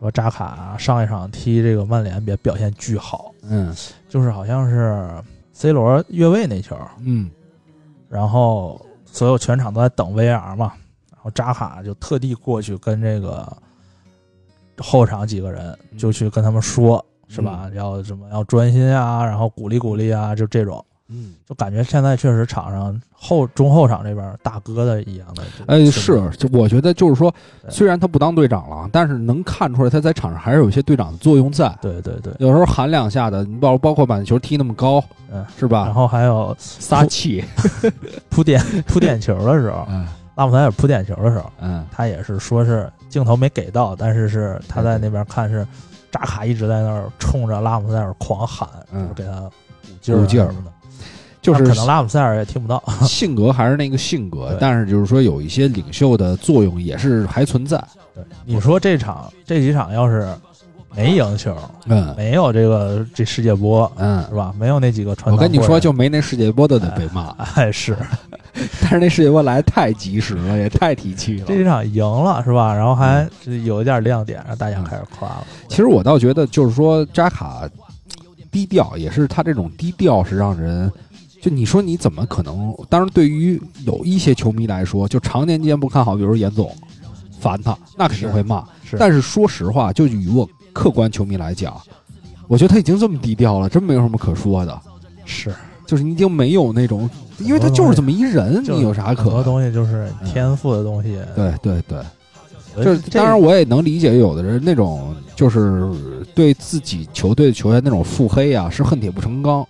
Speaker 2: 说扎卡啊上一场踢这个曼联表表现巨好，
Speaker 1: 嗯
Speaker 2: 就是好像是 C 罗越位那球，
Speaker 1: 嗯
Speaker 2: 然后所有全场都在等 VR 嘛，然后扎卡就特地过去跟这个后场几个人
Speaker 1: 嗯
Speaker 2: 就去跟他们说，是吧？要什么要专心啊，然后鼓励鼓励啊，就这种，
Speaker 1: 嗯，
Speaker 2: 就感觉现在确实场上后中后场这边大哥的一样的这个
Speaker 1: 哎，
Speaker 2: 气氛，
Speaker 1: 是，就我觉得就是说，
Speaker 2: 对
Speaker 1: 虽然他不当队长了，但是能看出来他在场上还是有一些队长的作用在。
Speaker 2: 对对对，
Speaker 1: 有时候喊两下的，你包包括把那球踢那么高，
Speaker 2: 嗯，
Speaker 1: 是吧
Speaker 2: 然？后还有
Speaker 1: 撒气，
Speaker 2: 扑点扑点球的时候，
Speaker 1: 嗯
Speaker 2: 拉姆塞尔扑点球的时候，
Speaker 1: 嗯，
Speaker 2: 他也是说是镜头没给到，但是是他在那边看是扎卡一直在那儿冲着拉姆塞尔狂喊，
Speaker 1: 嗯
Speaker 2: 就是给他鼓劲儿啊
Speaker 1: 鼓劲儿
Speaker 2: 什么的，
Speaker 1: 就
Speaker 2: 但
Speaker 1: 是
Speaker 2: 可能拉姆塞尔也听不到，
Speaker 1: 性格还是那个性格
Speaker 2: 对，
Speaker 1: 但是就是说有一些领袖的作用也是还存在。
Speaker 2: 对，你说这场这几场要是没赢球，
Speaker 1: 嗯
Speaker 2: 没有这个这世界波是
Speaker 1: 嗯，
Speaker 2: 吧？没有那几个传，
Speaker 1: 我跟你说，就没那世界波的得被骂，
Speaker 2: 哎是
Speaker 1: 但是那世界波来得太及时 了，也太提气
Speaker 2: 这
Speaker 1: 了。
Speaker 2: 几场赢了是吧？然后
Speaker 1: 嗯
Speaker 2: 还是有一点亮点，让大家开始夸了。
Speaker 1: 其实我倒觉得就是说扎卡低调，也是他这种低调是让人。就你说你怎么可能？当然，对于有一些球迷来说，就常年间不看好，比如严总，烦他，那肯定会骂。
Speaker 2: 是
Speaker 1: 但是说实话，就以我客观球迷来讲，我觉得他已经这么低调了，真没有什么可说的。
Speaker 2: 是
Speaker 1: 就是你已经没有那种，因为他就是这么一人，
Speaker 2: 就是
Speaker 1: 你有啥
Speaker 2: 很多
Speaker 1: 可？
Speaker 2: 东西就是天赋的东西。
Speaker 1: 对对对，
Speaker 2: 所以
Speaker 1: 就是
Speaker 2: 这
Speaker 1: 当然我也能理解有的人那种就是对自己球队的球员那种腹黑啊，是恨铁不成钢，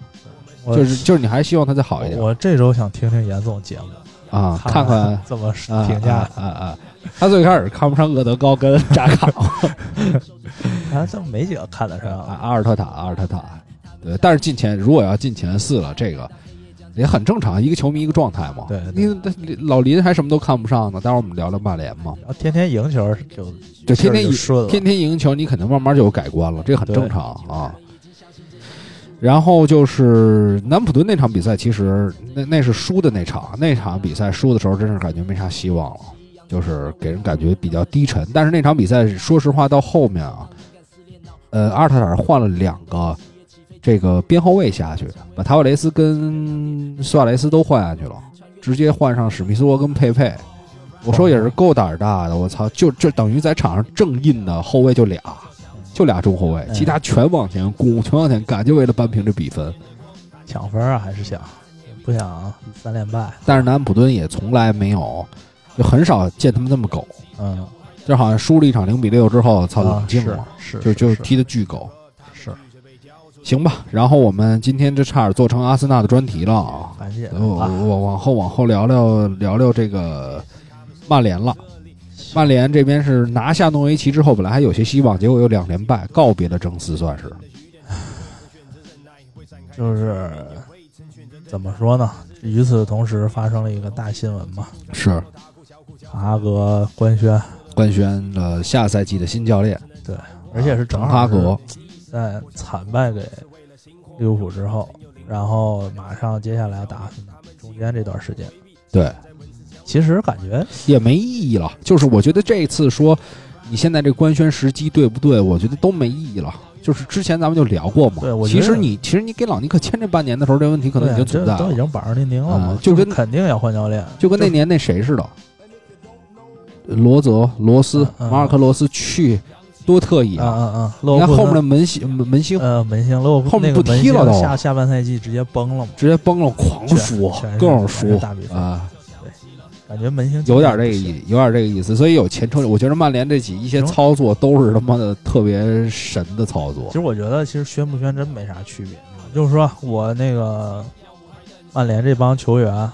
Speaker 2: 我
Speaker 1: 就是就是你还希望他再好一点
Speaker 2: 我这周想听听严总节目，
Speaker 1: 啊，看看
Speaker 2: 怎么
Speaker 1: 啊
Speaker 2: 评价
Speaker 1: 啊。啊啊！他最开始看不上厄德高跟扎卡
Speaker 2: 反正这没几个看得
Speaker 1: 啊
Speaker 2: 上。
Speaker 1: 阿尔特塔，阿尔特塔，对，但是进前如果要进前四了，这个也很正常，一个球迷一个状态嘛。
Speaker 2: 对对
Speaker 1: 因为老林还什么都看不上呢，待会儿我们聊聊曼联嘛。
Speaker 2: 然后天天赢球就
Speaker 1: 对，天
Speaker 2: 事
Speaker 1: 天
Speaker 2: 儿就顺了，
Speaker 1: 天天赢球，你肯定慢慢就有改观了，这个很
Speaker 2: 对
Speaker 1: 正常啊。然后就是南普顿那场比赛，其实那那是输的那场，那场比赛输的时候，真是感觉没啥希望了，就是给人感觉比较低沉。但是那场比赛，说实话，到后面啊，呃，阿尔特塔换了两个这个边后卫下去，把塔瓦雷斯跟苏亚雷斯都换下去了，直接换上史密斯罗跟佩佩。我说也是够胆儿大的，我操！就就等于在场上正印的后卫就俩，就俩中后卫，
Speaker 2: 嗯
Speaker 1: 其他全往前攻，全往前干，就为了扳平这比分。
Speaker 2: 抢分啊，还是想不想三连败？
Speaker 1: 但是南安普敦也从来没有，就很少见他们这么狗，
Speaker 2: 嗯，
Speaker 1: 就好像输了一场零比六之后，操，冷静了
Speaker 2: 啊，是
Speaker 1: 就是就是踢的巨狗，
Speaker 2: 是，
Speaker 1: 行吧。然后我们今天这差点做成阿森纳的专题了啊，
Speaker 2: 赶紧
Speaker 1: 我
Speaker 2: 吧。
Speaker 1: 我往后往后聊聊聊聊这个曼联了。曼联这边是拿下诺维奇之后，本来还有些希望，结果又两连败，告别了争四，算是
Speaker 2: 就是怎么说呢？与此同时发生了一个大新闻嘛，
Speaker 1: 是
Speaker 2: 阿格官宣，
Speaker 1: 官宣了下赛季的新教练
Speaker 2: 而且是正
Speaker 1: 滕哈
Speaker 2: 好
Speaker 1: 格
Speaker 2: 是。在惨败给利物浦之后，然后马上接下来要打阿森纳，中间这段时间，
Speaker 1: 对，
Speaker 2: 其实感觉
Speaker 1: 也没意义了。就是我觉得这次说你现在这官宣时机对不对，我觉得都没意义了。就是之前咱们就聊过嘛，
Speaker 2: 对我觉
Speaker 1: 其
Speaker 2: 得
Speaker 1: 实你其实你给朗尼克签这半年的时候，啊这问题可能已经存在
Speaker 2: 对这都已
Speaker 1: 了，
Speaker 2: 经板上钉钉了嘛
Speaker 1: 嗯，就跟
Speaker 2: 你肯定要换教练，
Speaker 1: 就跟那年那谁似的，罗泽、罗斯、
Speaker 2: 嗯嗯
Speaker 1: 马尔科·罗斯去多特一
Speaker 2: 啊
Speaker 1: 样，
Speaker 2: 啊啊，勒
Speaker 1: 你
Speaker 2: 沃
Speaker 1: 看
Speaker 2: 库
Speaker 1: 后面的
Speaker 2: 森
Speaker 1: 门兴门门兴
Speaker 2: 呃门兴勒沃库
Speaker 1: 后面
Speaker 2: 那个
Speaker 1: 不踢了
Speaker 2: 门兴
Speaker 1: 都
Speaker 2: 下下半赛季直接崩了嘛，
Speaker 1: 直接崩了，狂输
Speaker 2: 全，是
Speaker 1: 各种
Speaker 2: 全
Speaker 1: 输
Speaker 2: 是大比分，
Speaker 1: 啊，
Speaker 2: 感觉门兴
Speaker 1: 有点这个
Speaker 2: 不行
Speaker 1: 意，有点这个意思。所以有前车，我觉得曼联这几一些操作都是他妈的特别神的操
Speaker 2: 其
Speaker 1: 作
Speaker 2: 实我觉得，其实宣不宣真没啥区别，就是说我那个曼联这帮球员，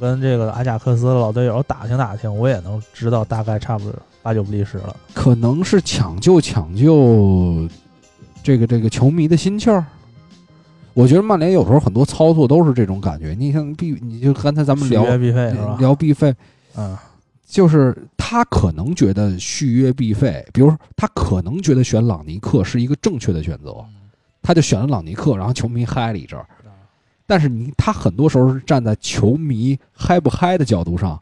Speaker 2: 跟这个阿贾克斯的老队友打听打听，我也能知道大概差不多八九不离十了。
Speaker 1: 可能是抢救抢救这个这个球迷的心气儿。我觉得曼联有时候很多操作都是这种感觉。你像必，你就刚才咱们
Speaker 2: 续
Speaker 1: 聊
Speaker 2: 约必费是吧？
Speaker 1: 聊必费，
Speaker 2: 嗯，
Speaker 1: 就是他可能觉得续约必费，比如说他可能觉得选朗尼克是一个正确的选择，他就选了朗尼克，然后球迷嗨了一阵儿。但是你他很多时候是站在球迷嗨不嗨的角度上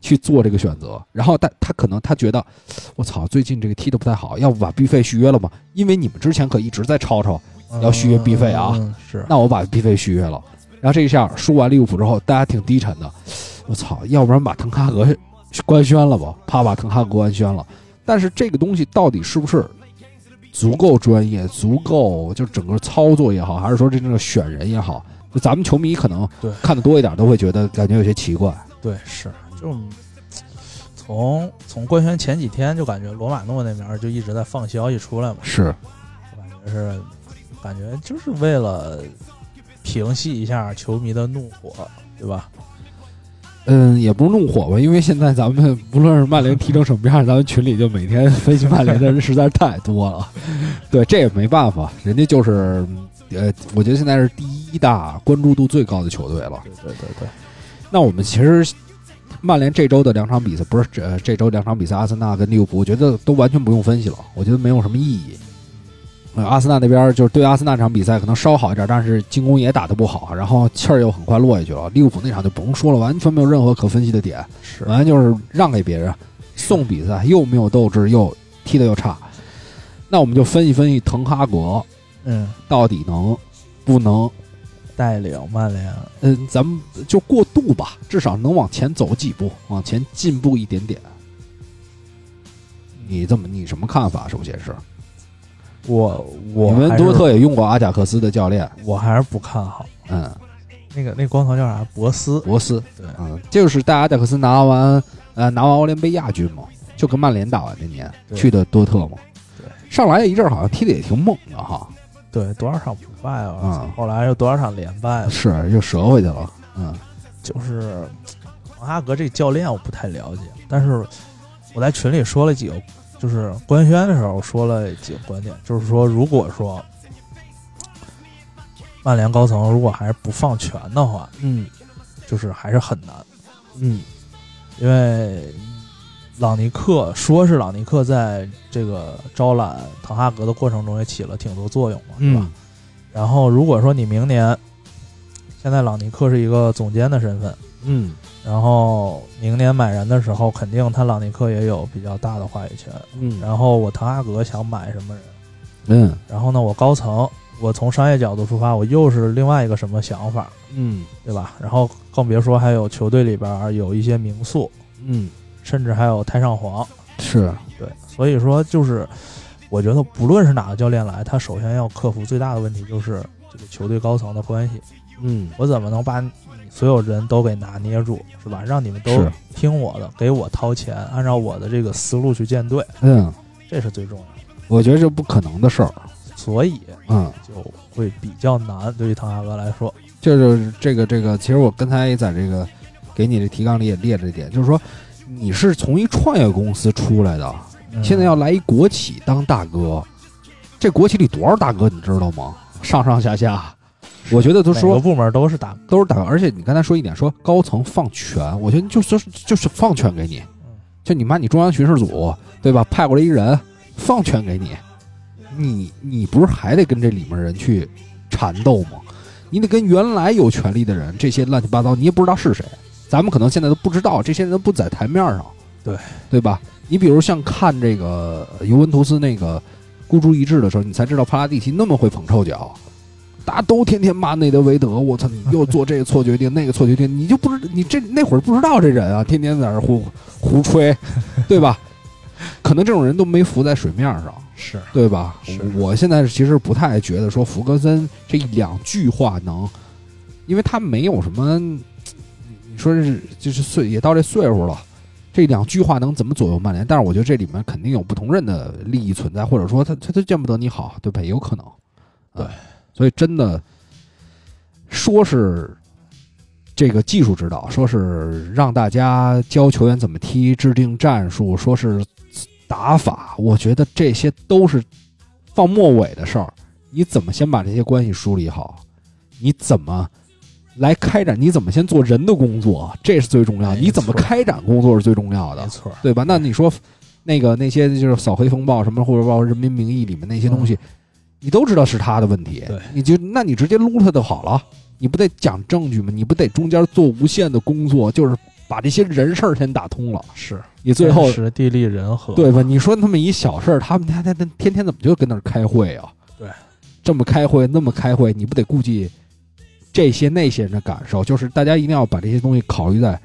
Speaker 1: 去做这个选择，然后但他可能他觉得，我操，最近这个踢得不太好，要不把必费续约了吧？因为你们之前可一直在吵吵，要续约必费啊
Speaker 2: 嗯是
Speaker 1: 那我把必费续约了。然后这一下输完利物浦之后，大家挺低沉的。我操，要不然把滕哈格 官宣了吧？啪，把滕哈格官宣了。但是这个东西到底是不是足够专业、足够就整个操作也好，还是说这个选人也好，就咱们球迷可能
Speaker 2: 对
Speaker 1: 看的多一点，都会觉得感觉有些奇怪。
Speaker 2: 对是，就从从官宣前几天就感觉罗马诺那边儿就一直在放消息出来嘛，
Speaker 1: 是
Speaker 2: 感觉是，感觉就是为了平息一下球迷的怒火，对吧？
Speaker 1: 嗯，也不是怒火吧，因为现在咱们不论是曼联踢成什么样，咱们群里就每天分析曼联的人实在是太多了。对，这也没办法，人家就是，呃，我觉得现在是第一大关注度最高的球队了。
Speaker 2: 对对对对，
Speaker 1: 那我们其实曼联这周的两场比赛，不是这、呃、这周两场比赛，阿森纳跟利物浦，我觉得都完全不用分析了，我觉得没有什么意义。呃，阿森纳那边就是对阿森纳这场比赛可能稍好一点，但是进攻也打得不好，然后气儿又很快落下去了。利物浦那场就不用说了，完全没有任何可分析的点，
Speaker 2: 是
Speaker 1: 完全就是让给别人，送比赛又没有斗志，又踢得又差。那我们就分析分析滕哈格
Speaker 2: 嗯，
Speaker 1: 到底能不能
Speaker 2: 带领曼联，
Speaker 1: 嗯，咱们就过渡吧，至少能往前走几步，往前进步一点点。你这么，你什么看法？首先是
Speaker 2: 我我
Speaker 1: 你们
Speaker 2: 还是
Speaker 1: 多特也用过阿贾克斯的教练，
Speaker 2: 我还是不看好
Speaker 1: 嗯，
Speaker 2: 那个那光头叫啥？博斯，
Speaker 1: 博斯，
Speaker 2: 对
Speaker 1: 嗯，这就是带阿贾克斯拿完呃拿完欧联杯亚军嘛，就跟曼联打完那年
Speaker 2: 对
Speaker 1: 去的多特嘛，
Speaker 2: 对，
Speaker 1: 上来一阵儿好像踢的也挺猛啊的哈，
Speaker 2: 对，多少场不败啊？
Speaker 1: 嗯
Speaker 2: 后来又多少场连败啊？
Speaker 1: 是又折回去了，嗯，
Speaker 2: 就是滕哈格这教练我不太了解，但是我在群里说了几个，就是官宣的时候说了几个观点，就是说如果说曼联高层如果还是不放权的话，
Speaker 1: 嗯
Speaker 2: 就是还是很难，
Speaker 1: 嗯
Speaker 2: 因为朗尼克说是朗尼克在这个招揽滕哈格的过程中也起了挺多作用嘛，是吧？
Speaker 1: 嗯
Speaker 2: 然后如果说你明年，现在朗尼克是一个总监的身份，
Speaker 1: 嗯
Speaker 2: 然后明年买人的时候，肯定他朗尼克也有比较大的话语权。
Speaker 1: 嗯
Speaker 2: 然后我滕哈格想买什么人，
Speaker 1: 嗯
Speaker 2: 然后呢，我高层，我从商业角度出发，我又是另外一个什么想法，
Speaker 1: 嗯
Speaker 2: 对吧？然后更别说还有球队里边儿有一些名宿，
Speaker 1: 嗯，
Speaker 2: 甚至还有太上皇，
Speaker 1: 是，
Speaker 2: 对，所以说就是，我觉得不论是哪个教练来，他首先要克服最大的问题就是这个球队高层的关系，
Speaker 1: 嗯
Speaker 2: 我怎么能把你所有人都给拿捏住，是吧？让你们都
Speaker 1: 是
Speaker 2: 听我的，给我掏钱，按照我的这个思路去建队，
Speaker 1: 嗯，
Speaker 2: 这是最重要的。
Speaker 1: 我觉得这不可能的事儿，
Speaker 2: 所以
Speaker 1: 嗯。
Speaker 2: 就会比较难，对于滕哈格来说，
Speaker 1: 就是这个这个，其实我刚才也在这个给你的提纲里也列了一点，就是说你是从一创业公司出来的，
Speaker 2: 嗯
Speaker 1: 现在要来一国企当大哥，这国企里多少大哥你知道吗？上上下下，我觉得都
Speaker 2: 每个
Speaker 1: 说
Speaker 2: 部门都是打，
Speaker 1: 都是大哥，而且你刚才说一点，说高层放权，我觉得就是就是就是放权给你，就你妈你中央巡视组对吧？派过来一人放权给你，你你不是还得跟这里面人去缠斗吗？你得跟原来有权利的人这些乱七八糟，你也不知道是谁，咱们可能现在都不知道，这些人都不在台面上，
Speaker 2: 对
Speaker 1: 对吧？你比如像看这个呃尤文图斯那个孤注一掷的时候，你才知道帕拉蒂奇那么会捧臭脚。大家都天天骂内德维德，我操！你又做这个错决定，那个错决定，你就不知你这那会儿不知道这人啊，天天在那儿胡胡吹，对吧？可能这种人都没浮在水面上，
Speaker 2: 是
Speaker 1: 对吧
Speaker 2: 是？
Speaker 1: 我现在其实不太觉得说福格森这一两句话能，因为他没有什么，你你说是就是岁也到这岁数了，这两句话能怎么左右曼联？但是我觉得这里面肯定有不同人的利益存在，或者说他他他见不得你好，对吧？也有可能，
Speaker 2: 对
Speaker 1: 啊所以真的说是。这个技术指导说是让大家教球员怎么踢，制定战术，说是打法，我觉得这些都是放末尾的事儿。你怎么先把这些关系梳理好？你怎么来开展？你怎么先做人的工作？这是最重要的。
Speaker 2: 哎没
Speaker 1: 你怎么
Speaker 2: 错
Speaker 1: 开展工作是最重要
Speaker 2: 没
Speaker 1: 的，
Speaker 2: 错，
Speaker 1: 对吧？那你说那个那些就是扫黑风暴什么，或者包括人民名义里面那些东西，你都知道是他的问题
Speaker 2: 对，
Speaker 1: 你就那你直接撸他就好了。你不得讲证据吗？你不得中间做无限的工作，就是把这些人事儿先打通了，
Speaker 2: 是
Speaker 1: 你最后
Speaker 2: 天时地利人和，
Speaker 1: 对吧？你说那么一小事儿，他们天天天天天怎么就跟那儿开会啊？
Speaker 2: 对，
Speaker 1: 这么开会，那么开会，你不得顾及这些那些人的感受？就是大家一定要把这些东西考虑在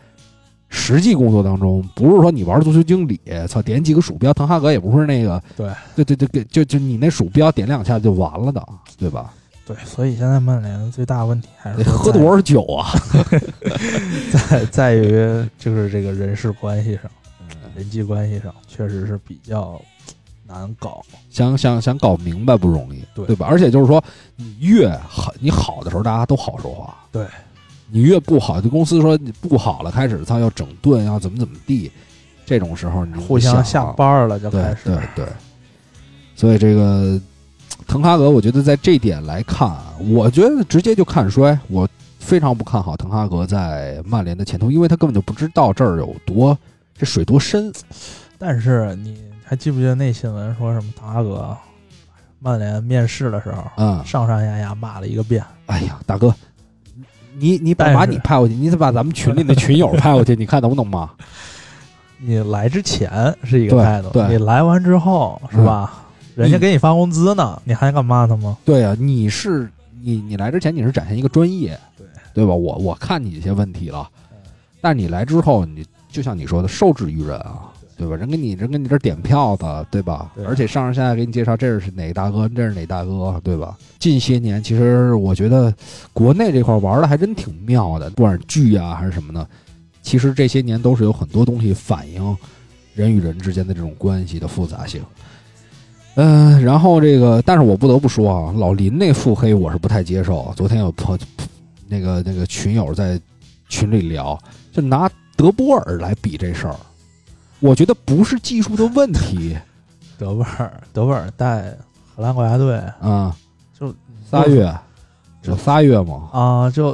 Speaker 1: 实际工作当中，不是说你玩足球经理，操，点几个鼠标，滕哈格也不是那个，
Speaker 2: 对，
Speaker 1: 对对对，给就就你那鼠标点两下就完了的，对吧？
Speaker 2: 对，所以现在曼联最大的问题还是
Speaker 1: 得
Speaker 2: 说
Speaker 1: 喝
Speaker 2: 在
Speaker 1: 多少酒啊？
Speaker 2: 在 在于就是这个人事关系上，
Speaker 1: 嗯
Speaker 2: 人际关系上确实是比较难搞。
Speaker 1: 想想想搞明白不容易，
Speaker 2: 对
Speaker 1: 吧？而且就是说，你越好，你好的时候大家都好说话，
Speaker 2: 对；
Speaker 1: 你越不好，就公司说你不好了，开始他要整顿，要怎么怎么地，这种时候你
Speaker 2: 互相
Speaker 1: 想
Speaker 2: 下
Speaker 1: 啊
Speaker 2: 班儿了就开
Speaker 1: 对
Speaker 2: 始
Speaker 1: 对，对，所以这个滕哈格，我觉得在这点来看，啊我觉得直接就看衰，我非常不看好滕哈格在曼联的前途，因为他根本就不知道这儿有多这水多深，
Speaker 2: 但是你还记不记得那新闻说什么达哥曼联面试的时候，
Speaker 1: 嗯，
Speaker 2: 上上下下骂了一个遍，
Speaker 1: 哎呀，大哥，你你把
Speaker 2: 但是
Speaker 1: 把你派过去，你得把咱们群里的群友派过去，你看能不能吗？
Speaker 2: 你来之前是一个
Speaker 1: 对
Speaker 2: 态度，
Speaker 1: 对嗯
Speaker 2: 你来完之后是吧？人家
Speaker 1: 你
Speaker 2: 给你发工资呢，你还敢骂他吗？
Speaker 1: 对呀、你是你你来之前你是展现一个专业，
Speaker 2: 对嗯
Speaker 1: 对吧？我我看你一些问题了，但是你来之后，你就像你说的，受制于人啊，对对吧？人给你人给你这儿点票子，对吧？
Speaker 2: 对啊
Speaker 1: 而且上上下下给你介绍这是哪个大哥，这是哪大哥，对吧？近些年其实我觉得国内这块玩的还真挺妙的，不管是剧啊还是什么的，其实这些年都是有很多东西反映人与人之间的这种关系的复杂性。嗯、然后这个，但是我不得不说啊，老林那腹黑我是不太接受。昨天有朋那个那个群友在群里聊，就拿德波尔来比这事儿，我觉得不是技术的问题
Speaker 2: 德威尔，德威尔带荷兰国家队
Speaker 1: 啊，
Speaker 2: 就
Speaker 1: 仨月，有仨月吗？
Speaker 2: 啊，就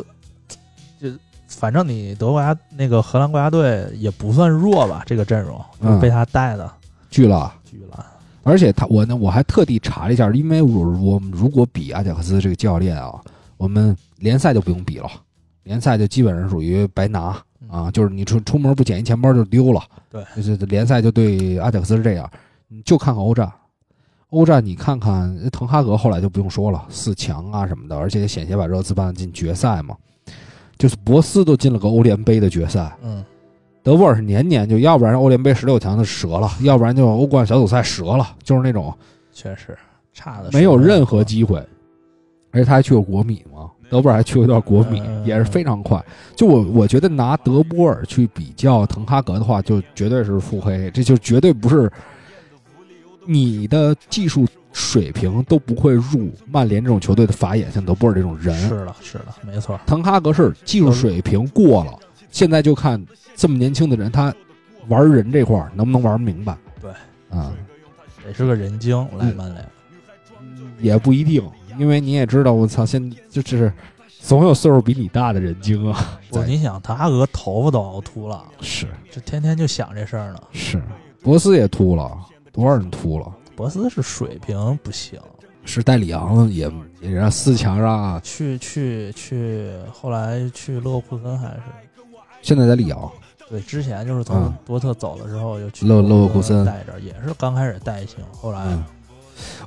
Speaker 2: 就反正你德国家那个荷兰国家队也不算弱吧，这个阵容
Speaker 1: 嗯
Speaker 2: 就是被他带的
Speaker 1: 去了。
Speaker 2: 巨烂。
Speaker 1: 而且他我呢，我还特地查了一下，因为我我们如果比阿贾克斯这个教练啊，我们联赛就不用比了，联赛就基本上属于白拿啊，就是你出出门不捡一钱包就丢了。
Speaker 2: 对，
Speaker 1: 就是联赛就对阿贾克斯是这样，你就看看欧战，欧战你看看呃滕哈格后来就不用说了，四强啊什么的，而且险些把热刺办进决赛嘛，就是博斯都进了个欧联杯的决赛，
Speaker 2: 嗯，
Speaker 1: 德布尔是年年就要不然欧联杯十六强就折了，要不然就欧冠小组赛折了，就是那种
Speaker 2: 确实差的
Speaker 1: 没有任何机会。而且他还去过国米嘛，德布尔还去过一段国米，
Speaker 2: 嗯
Speaker 1: 也是非常快。就我我觉得拿德波尔去比较滕哈格的话，就绝对是腹黑，这就绝对不是你的技术水平都不会入曼联这种球队的法眼，像德波尔这种人。
Speaker 2: 是的，是的，没错。
Speaker 1: 滕哈格是技术水平过了，现在就看这么年轻的人，他玩人这块儿能不能玩明白？
Speaker 2: 对，
Speaker 1: 啊，
Speaker 2: 也是个人精
Speaker 1: 嗯
Speaker 2: 来曼联，
Speaker 1: 也不一定，因为你也知道，我操，现就就是总有岁数比你大的人精啊。
Speaker 2: 不，你想，他阿哥头发都熬秃了，
Speaker 1: 是
Speaker 2: 这天天就想这事儿呢。
Speaker 1: 是，博斯也秃了，多少人秃了？
Speaker 2: 博斯是水平不行，
Speaker 1: 是戴里昂也也让四强啊让，
Speaker 2: 去去去，后来去勒沃库森还是
Speaker 1: 现在在里昂，
Speaker 2: 对，之前就是从
Speaker 1: 嗯
Speaker 2: 多特走了之后，又去
Speaker 1: 勒勒沃库森
Speaker 2: 带着，也是刚开始带行，后来
Speaker 1: 嗯，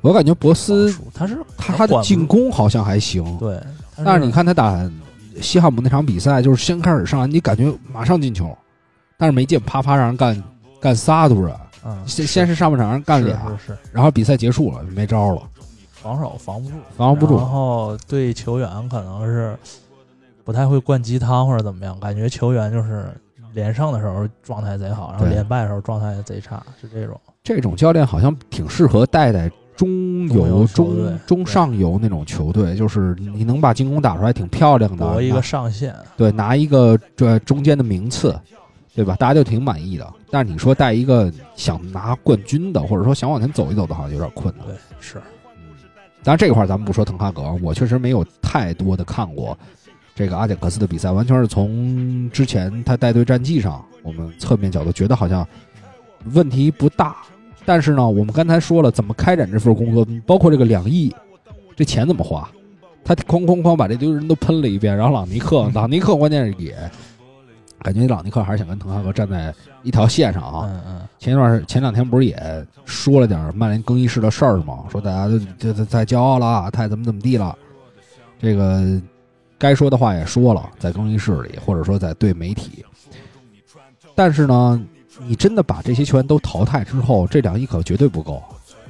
Speaker 1: 我感觉博
Speaker 2: 防
Speaker 1: 斯
Speaker 2: 守他是
Speaker 1: 他他的进攻好像还行，
Speaker 2: 对，他
Speaker 1: 但是你看他打西汉姆那场比赛，就是先开始上来，你感觉马上进球，但是没进，啪啪让人干干仨突然，
Speaker 2: 嗯，
Speaker 1: 先先是上半场让人干俩，
Speaker 2: 是是是
Speaker 1: 然后比赛结束了没招了，
Speaker 2: 防守防不住，
Speaker 1: 防不住
Speaker 2: 然后对球员可能是不太会灌鸡汤或者怎么样，感觉球员就是连胜的时候状态贼好，然后
Speaker 1: 对
Speaker 2: 连败的时候状态贼差，是这种。
Speaker 1: 这种教练好像挺适合带带中
Speaker 2: 中游
Speaker 1: 游、
Speaker 2: 球
Speaker 1: 中
Speaker 2: 队对
Speaker 1: 中上游那种球队，就是你能把进攻打出来挺漂亮的，
Speaker 2: 搏一
Speaker 1: 拿
Speaker 2: 个上限，
Speaker 1: 对拿一个这中间的名次，对吧？大家就挺满意的。但是你说带一个想拿冠军的，或者说想往前走一走的，好像有点困难。
Speaker 2: 对，是
Speaker 1: 嗯，当然这块儿咱们不说滕哈格，啊我确实没有太多的看过这个阿贾克斯的比赛，完全是从之前他带队战绩上，我们侧面角度觉得好像问题不大。但是呢，我们刚才说了怎么开展这份工作，包括这个两亿，这钱怎么花？他哐哐哐把这堆人都喷了一遍，然后朗尼克，
Speaker 2: 嗯
Speaker 1: 朗尼克关键是也感觉朗尼克还是想跟滕哈格站在一条线上啊。
Speaker 2: 嗯嗯，
Speaker 1: 前一段时前两天不是也说了点儿曼联更衣室的事儿吗？说大家都这这太骄傲了，太怎么怎么地了，这个该说的话也说了，在更衣室里，或者说在对媒体。但是呢，你真的把这些球员都淘汰之后，这两亿可绝对不够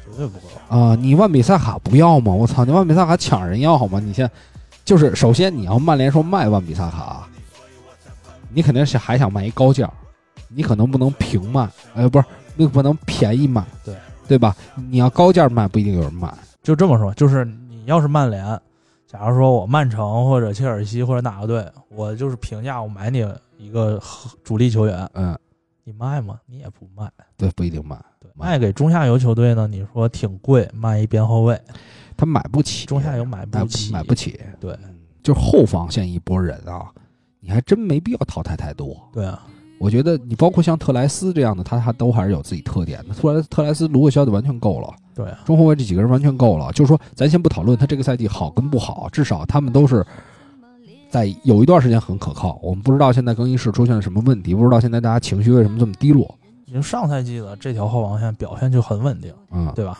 Speaker 2: 绝对不够。
Speaker 1: 啊、你万比萨卡不要吗？我操，你万比萨卡抢人要好吗？你现在就是首先你要曼联说卖万比萨卡，啊你肯定是还想卖一高价，你可能不能平卖，呃，不是，那不能便宜卖，
Speaker 2: 对
Speaker 1: 对吧？你要高价卖不一定有人买，
Speaker 2: 就这么说，就是你要是曼联，假如说我曼城或者切尔西或者哪个队，我就是评价我买你一个合主力球员，
Speaker 1: 嗯，
Speaker 2: 你卖吗？你也不卖。
Speaker 1: 对，不一定卖，
Speaker 2: 对，
Speaker 1: 卖
Speaker 2: 卖给中下游球队呢，你说挺贵，卖一边后卫，
Speaker 1: 他买不起，
Speaker 2: 中下游买
Speaker 1: 买
Speaker 2: 不起，
Speaker 1: 买不。起，
Speaker 2: 对
Speaker 1: 就是后防线一波人啊，你还真没必要淘汰太多。
Speaker 2: 对啊，
Speaker 1: 我觉得你包括像特莱斯这样的，他他都还是有自己特点的。特莱特莱斯卢克肖就完全够了，
Speaker 2: 对啊，
Speaker 1: 中后卫这几个人完全够了。就是说，咱先不讨论他这个赛季好跟不好，至少他们都是在有一段时间很可靠。我们不知道现在更衣室出现了什么问题，不知道现在大家情绪为什么这么低落。
Speaker 2: 因为上赛季的这条后防线表现就很稳定，
Speaker 1: 嗯，
Speaker 2: 对吧？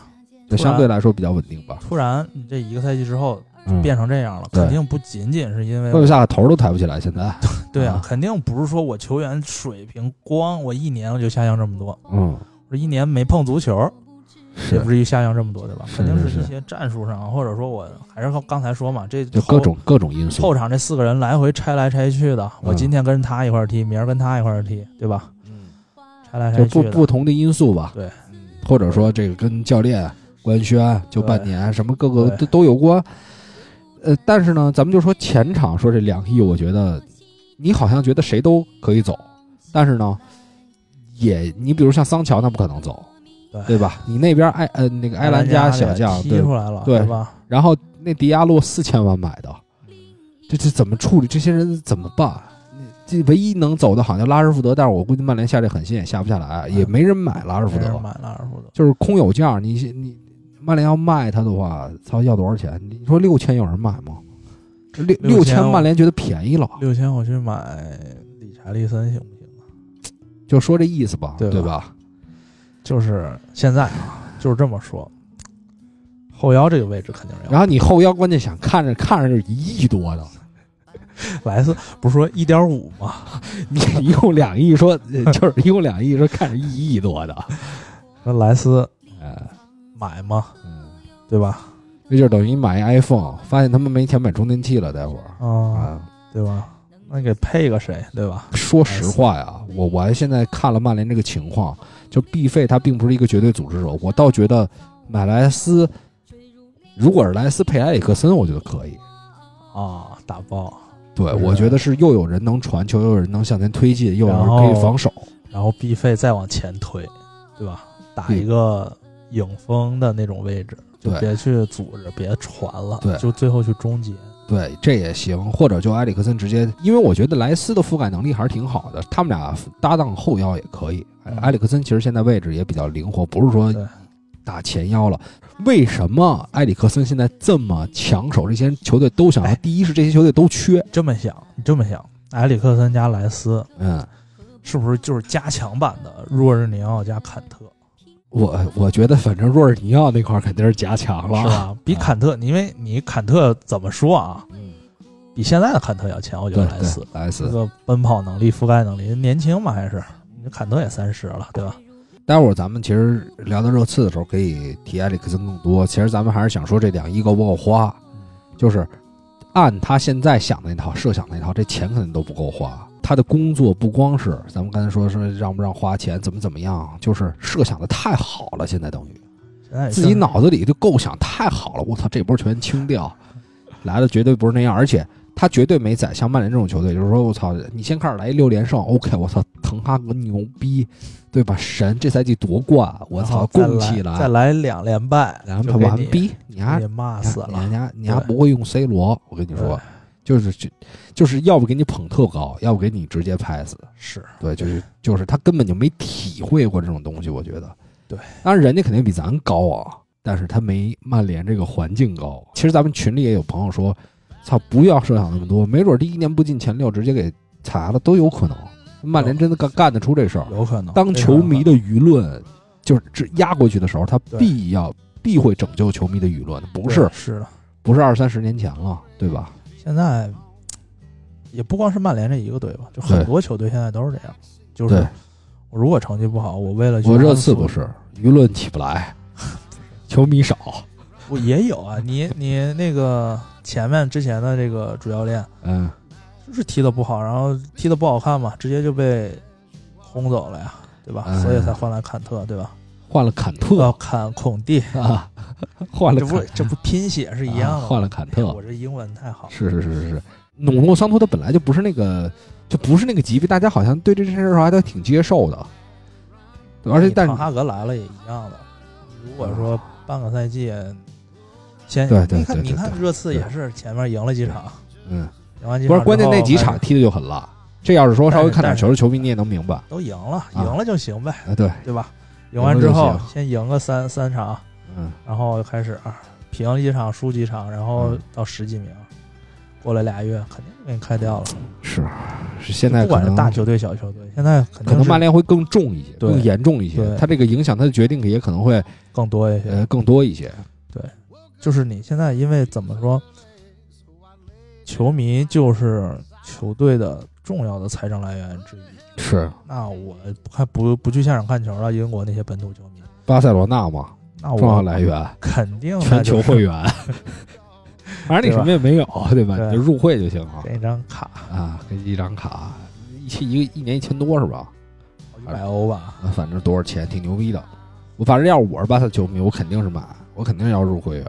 Speaker 1: 就相对来说比较稳定吧。
Speaker 2: 突然你这一个赛季之后，
Speaker 1: 嗯
Speaker 2: 变成这样了，
Speaker 1: 对
Speaker 2: 肯定不仅仅是因为
Speaker 1: 贝
Speaker 2: 我
Speaker 1: 贝萨头都抬不起来，现在，
Speaker 2: 对
Speaker 1: 啊
Speaker 2: 啊，肯定不是说我球员水平光我一年我就下降这么多，
Speaker 1: 嗯，
Speaker 2: 我一年没碰足球，也
Speaker 1: 是
Speaker 2: 不至于下降这么多，对吧？
Speaker 1: 是
Speaker 2: 肯定
Speaker 1: 是
Speaker 2: 一些战术上，或者说我还是刚才说嘛，这
Speaker 1: 就
Speaker 2: 后
Speaker 1: 各种各种因素
Speaker 2: 后，场这四个人来回拆来拆去的，
Speaker 1: 嗯
Speaker 2: 我今天跟他一块儿踢，明儿跟他一块儿踢，对吧？
Speaker 1: 嗯
Speaker 2: 拆来
Speaker 1: 就
Speaker 2: 拆
Speaker 1: 不
Speaker 2: 哎去的，
Speaker 1: 不同的因素吧，
Speaker 2: 对，
Speaker 1: 或者说这个跟教练官宣就半年什么各个
Speaker 2: 对
Speaker 1: 都都有关，呃，但是呢，咱们就说前场说这两翼，我觉得你好像觉得谁都可以走，但是呢，也你比如像桑乔，他不可能走，
Speaker 2: 对
Speaker 1: 对吧？你那边埃呃那个埃兰加小将
Speaker 2: 踢
Speaker 1: 对，
Speaker 2: 出来了，
Speaker 1: 对
Speaker 2: 对吧？
Speaker 1: 然后那迪亚洛四千万买的，这这怎么处理？这些人怎么办？这唯一能走的好像拉什福德，但是我估计曼联下这狠心也下不下来，
Speaker 2: 嗯
Speaker 1: 也没人买拉什福
Speaker 2: 没
Speaker 1: 德，
Speaker 2: 人买了哎二福德，
Speaker 1: 就是空有价。你你曼联要卖他的话，操，要多少钱？你说六千有人买吗？六
Speaker 2: 六
Speaker 1: 六千
Speaker 2: 千
Speaker 1: 曼联觉得便宜了，
Speaker 2: 六千我去买理查利森行不行？啊
Speaker 1: 就说这意思吧，
Speaker 2: 对吧
Speaker 1: 对吧？
Speaker 2: 就是现在啊，就是这么说，后腰这个位置肯定是要
Speaker 1: 然后你后腰关键想看着看着就一亿多的，
Speaker 2: 莱斯，不是说一点五吗？
Speaker 1: 你一共两亿 说，呃就是一共两亿说看着一亿多的，
Speaker 2: 那莱斯
Speaker 1: 呃，
Speaker 2: 买吗？
Speaker 1: 嗯。
Speaker 2: 对吧？
Speaker 1: 那就是等于买一 iPhone，发现他们没钱买充电器了，待会儿
Speaker 2: 啊，
Speaker 1: 啊。
Speaker 2: 对吧？那给配个谁，对吧？
Speaker 1: 说实话呀，我我还现在看了曼联这个情况，就 B 费他并不是一个绝对组织者，我倒觉得买莱斯，如果是莱斯配埃里克森，我觉得可以。
Speaker 2: 啊，打包，
Speaker 1: 对，
Speaker 2: 是
Speaker 1: 我觉得是又有人能传球，又有人能向前推进，又有人
Speaker 2: 然后
Speaker 1: 可以防守。
Speaker 2: 然后 B 费再往前推，对吧？
Speaker 1: 嗯
Speaker 2: 打一个影锋的那种位置，就
Speaker 1: 对
Speaker 2: 别去组织，别传了，
Speaker 1: 对
Speaker 2: 就最后去终结。
Speaker 1: 对，这也行，或者就埃里克森直接，因为我觉得莱斯的覆盖能力还是挺好的，他们俩搭档后腰也可以。
Speaker 2: 嗯
Speaker 1: 埃里克森其实现在位置也比较灵活，不是说
Speaker 2: 对
Speaker 1: 打前腰了。为什么埃里克森现在这么抢手？这些球队都想要，
Speaker 2: 哎
Speaker 1: 第一是这些球队都缺，
Speaker 2: 这么想，你这么想，埃里克森加莱斯
Speaker 1: 嗯，
Speaker 2: 是不是就是加强版的若日尼奥加坎特？
Speaker 1: 我我觉得反正若尔尼奥那块儿肯定是加强
Speaker 2: 是
Speaker 1: 了，
Speaker 2: 吧？比坎特，因为你坎特怎么说啊？
Speaker 1: 嗯，
Speaker 2: 比现在的坎特要强，我觉
Speaker 1: 对
Speaker 2: 得莱斯
Speaker 1: 对，莱
Speaker 2: 这
Speaker 1: 斯。
Speaker 2: 个奔跑能力、覆盖能力，年轻嘛还是？你坎特也三十了，对吧？
Speaker 1: 待会儿咱们其实聊到热刺的时候，可以提埃里克森更多。其实咱们还是想说这两亿够不够花，就是按他现在想的那套设想那套，这钱肯定都不够花。他的工作不光是咱们刚才说是让不让花钱，怎么怎么样，就是设想的太好了，现在等于。
Speaker 2: 现在也
Speaker 1: 自己脑子里就构想太好了，我操，这波全清掉，来的绝对不是那样，而且他绝对没在像曼联这种球队，就是说我操，你先开始来一六连胜，OK，我操，滕哈格牛逼，对吧？神，这赛季夺冠，我
Speaker 2: 然
Speaker 1: 操
Speaker 2: 后，
Speaker 1: 供
Speaker 2: 再
Speaker 1: 起
Speaker 2: 来再
Speaker 1: 来，
Speaker 2: 来两连败，
Speaker 1: 然
Speaker 2: 就
Speaker 1: 后
Speaker 2: 给
Speaker 1: 完
Speaker 2: 你
Speaker 1: 逼，你还
Speaker 2: 给骂
Speaker 1: 啊你
Speaker 2: 死
Speaker 1: 还
Speaker 2: 了
Speaker 1: 你。还你还
Speaker 2: 对
Speaker 1: 不会用 C 罗，我跟你说
Speaker 2: 对，
Speaker 1: 就是就就是要不给你捧特高，要不给你直接拍死。
Speaker 2: 是
Speaker 1: 对，就是就是他根本就没体会过这种东西，我觉得。
Speaker 2: 对，
Speaker 1: 当然人家肯定比咱高啊，但是他没曼联这个环境高。其实咱们群里也有朋友说，操，不要设想那么多，没准第一年不进前六直接给裁了都有可能。曼联真的干干得出这事儿。
Speaker 2: 有可能。
Speaker 1: 当
Speaker 2: 非
Speaker 1: 球
Speaker 2: 常有
Speaker 1: 迷
Speaker 2: 可
Speaker 1: 的舆论就是这压过去的时候，他
Speaker 2: 对
Speaker 1: 必要必会拯救球迷的舆论，
Speaker 2: 能
Speaker 1: 不是
Speaker 2: 对是的，
Speaker 1: 不是二三十年前了，对吧？
Speaker 2: 现在也不光是曼联这一个队吧，就很
Speaker 1: 对
Speaker 2: 多球队现在都是这样，就
Speaker 1: 对
Speaker 2: 是。我如果成绩不好，我为了去
Speaker 1: 我热
Speaker 2: 安
Speaker 1: 刺
Speaker 2: 抚
Speaker 1: 不是舆论起不来，球迷 少，
Speaker 2: 我也有啊，你你那个前面之前的这个主教练
Speaker 1: 嗯。
Speaker 2: 就是踢的不好，然后踢的不好看嘛，直接就被轰走了呀，对吧？
Speaker 1: 嗯
Speaker 2: 所以才换来坎特，对吧？
Speaker 1: 换了坎
Speaker 2: 要
Speaker 1: 特
Speaker 2: 坎孔蒂，
Speaker 1: 啊， 换
Speaker 2: 哦这
Speaker 1: 了
Speaker 2: 不
Speaker 1: 坎啊
Speaker 2: 这不拼写是一样的吗、
Speaker 1: 啊换了坎特
Speaker 2: 哎我这英文太好了，
Speaker 1: 是是是是是，努诺桑托他本来就不是那个，就不是那个级别，大家好像对这件事儿还都挺接受的，对而且
Speaker 2: 哎你
Speaker 1: 但嗯
Speaker 2: 滕哈格来了也一样的。如果说半个赛季先，
Speaker 1: 对对
Speaker 2: 你看
Speaker 1: 对对
Speaker 2: 你看
Speaker 1: 对
Speaker 2: 热刺也是前面赢了几场，
Speaker 1: 嗯，
Speaker 2: 赢完几
Speaker 1: 不
Speaker 2: 场
Speaker 1: 是关键那几
Speaker 2: 之后还
Speaker 1: 场
Speaker 2: 是
Speaker 1: 踢的就很烂，这要是说稍微看点球
Speaker 2: 但
Speaker 1: 的球迷你也能明白，
Speaker 2: 都赢了，赢了就行呗，
Speaker 1: 啊对，
Speaker 2: 对吧？
Speaker 1: 赢
Speaker 2: 赢
Speaker 1: 了
Speaker 2: 完
Speaker 1: 就
Speaker 2: 之后
Speaker 1: 行
Speaker 2: 先赢个三三场，
Speaker 1: 嗯，
Speaker 2: 然后就开始啊平几场输几场，然后
Speaker 1: 嗯
Speaker 2: 到十几名，过了俩月肯定就给你开掉了。
Speaker 1: 是是现在哎
Speaker 2: 不
Speaker 1: 可
Speaker 2: 管是
Speaker 1: 能
Speaker 2: 大球队小球队，现在
Speaker 1: 可
Speaker 2: 肯定
Speaker 1: 能
Speaker 2: 是
Speaker 1: 曼联会更重一些，
Speaker 2: 对
Speaker 1: 更严重一些，
Speaker 2: 对
Speaker 1: 他这个影响他的决定也可能会嗯
Speaker 2: 更多一些。
Speaker 1: 呃更多一些，
Speaker 2: 就是你现在因为怎么说，球迷就是球队的重要的财政来源之一。
Speaker 1: 是
Speaker 2: 那我不看不不去现场看球了，英国那些本土球迷，
Speaker 1: 巴塞罗那嘛，
Speaker 2: 那
Speaker 1: 重要
Speaker 2: 哦我
Speaker 1: 来源，
Speaker 2: 肯定那
Speaker 1: 全
Speaker 2: 就
Speaker 1: 球
Speaker 2: 是
Speaker 1: 会 员。嗯 反正你什么也没有，对吧？
Speaker 2: 对
Speaker 1: 你就入会就行了
Speaker 2: 这张卡
Speaker 1: 啊，给一张卡，一千一个一年一千多是吧？
Speaker 2: 一百欧吧，
Speaker 1: 啊反正多少钱挺牛逼的。我反正要是我是巴萨球迷，我肯定是买，我肯定要入会员。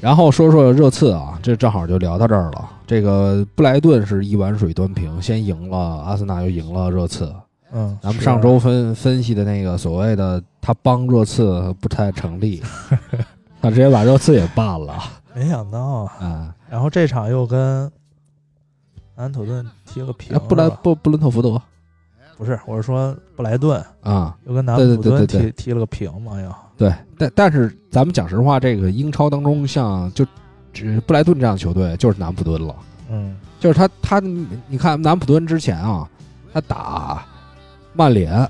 Speaker 1: 然后说说热刺啊，这正好就聊到这儿了。这个布莱顿是一碗水端平，先赢了阿森纳，又赢了热刺。
Speaker 2: 嗯，
Speaker 1: 咱们
Speaker 2: 是
Speaker 1: 上周分分析的那个所谓的他帮热刺不太成 立，他直接把热刺也办了
Speaker 2: 没想到啊，
Speaker 1: 啊！
Speaker 2: 然后这场又跟安土顿踢了平，
Speaker 1: 啊布莱
Speaker 2: 是吧
Speaker 1: 布布伦特福德
Speaker 2: 不是，我是说布莱顿
Speaker 1: 啊，
Speaker 2: 又跟南
Speaker 1: 对对
Speaker 2: 普
Speaker 1: 对对
Speaker 2: 顿
Speaker 1: 对
Speaker 2: 踢踢了个平嘛，又
Speaker 1: 对，但但是咱们讲实话，这个英超当中像就只布莱顿这样的球队就是南普敦了。
Speaker 2: 嗯
Speaker 1: 就是他他，你看南普敦之前啊，他打曼联、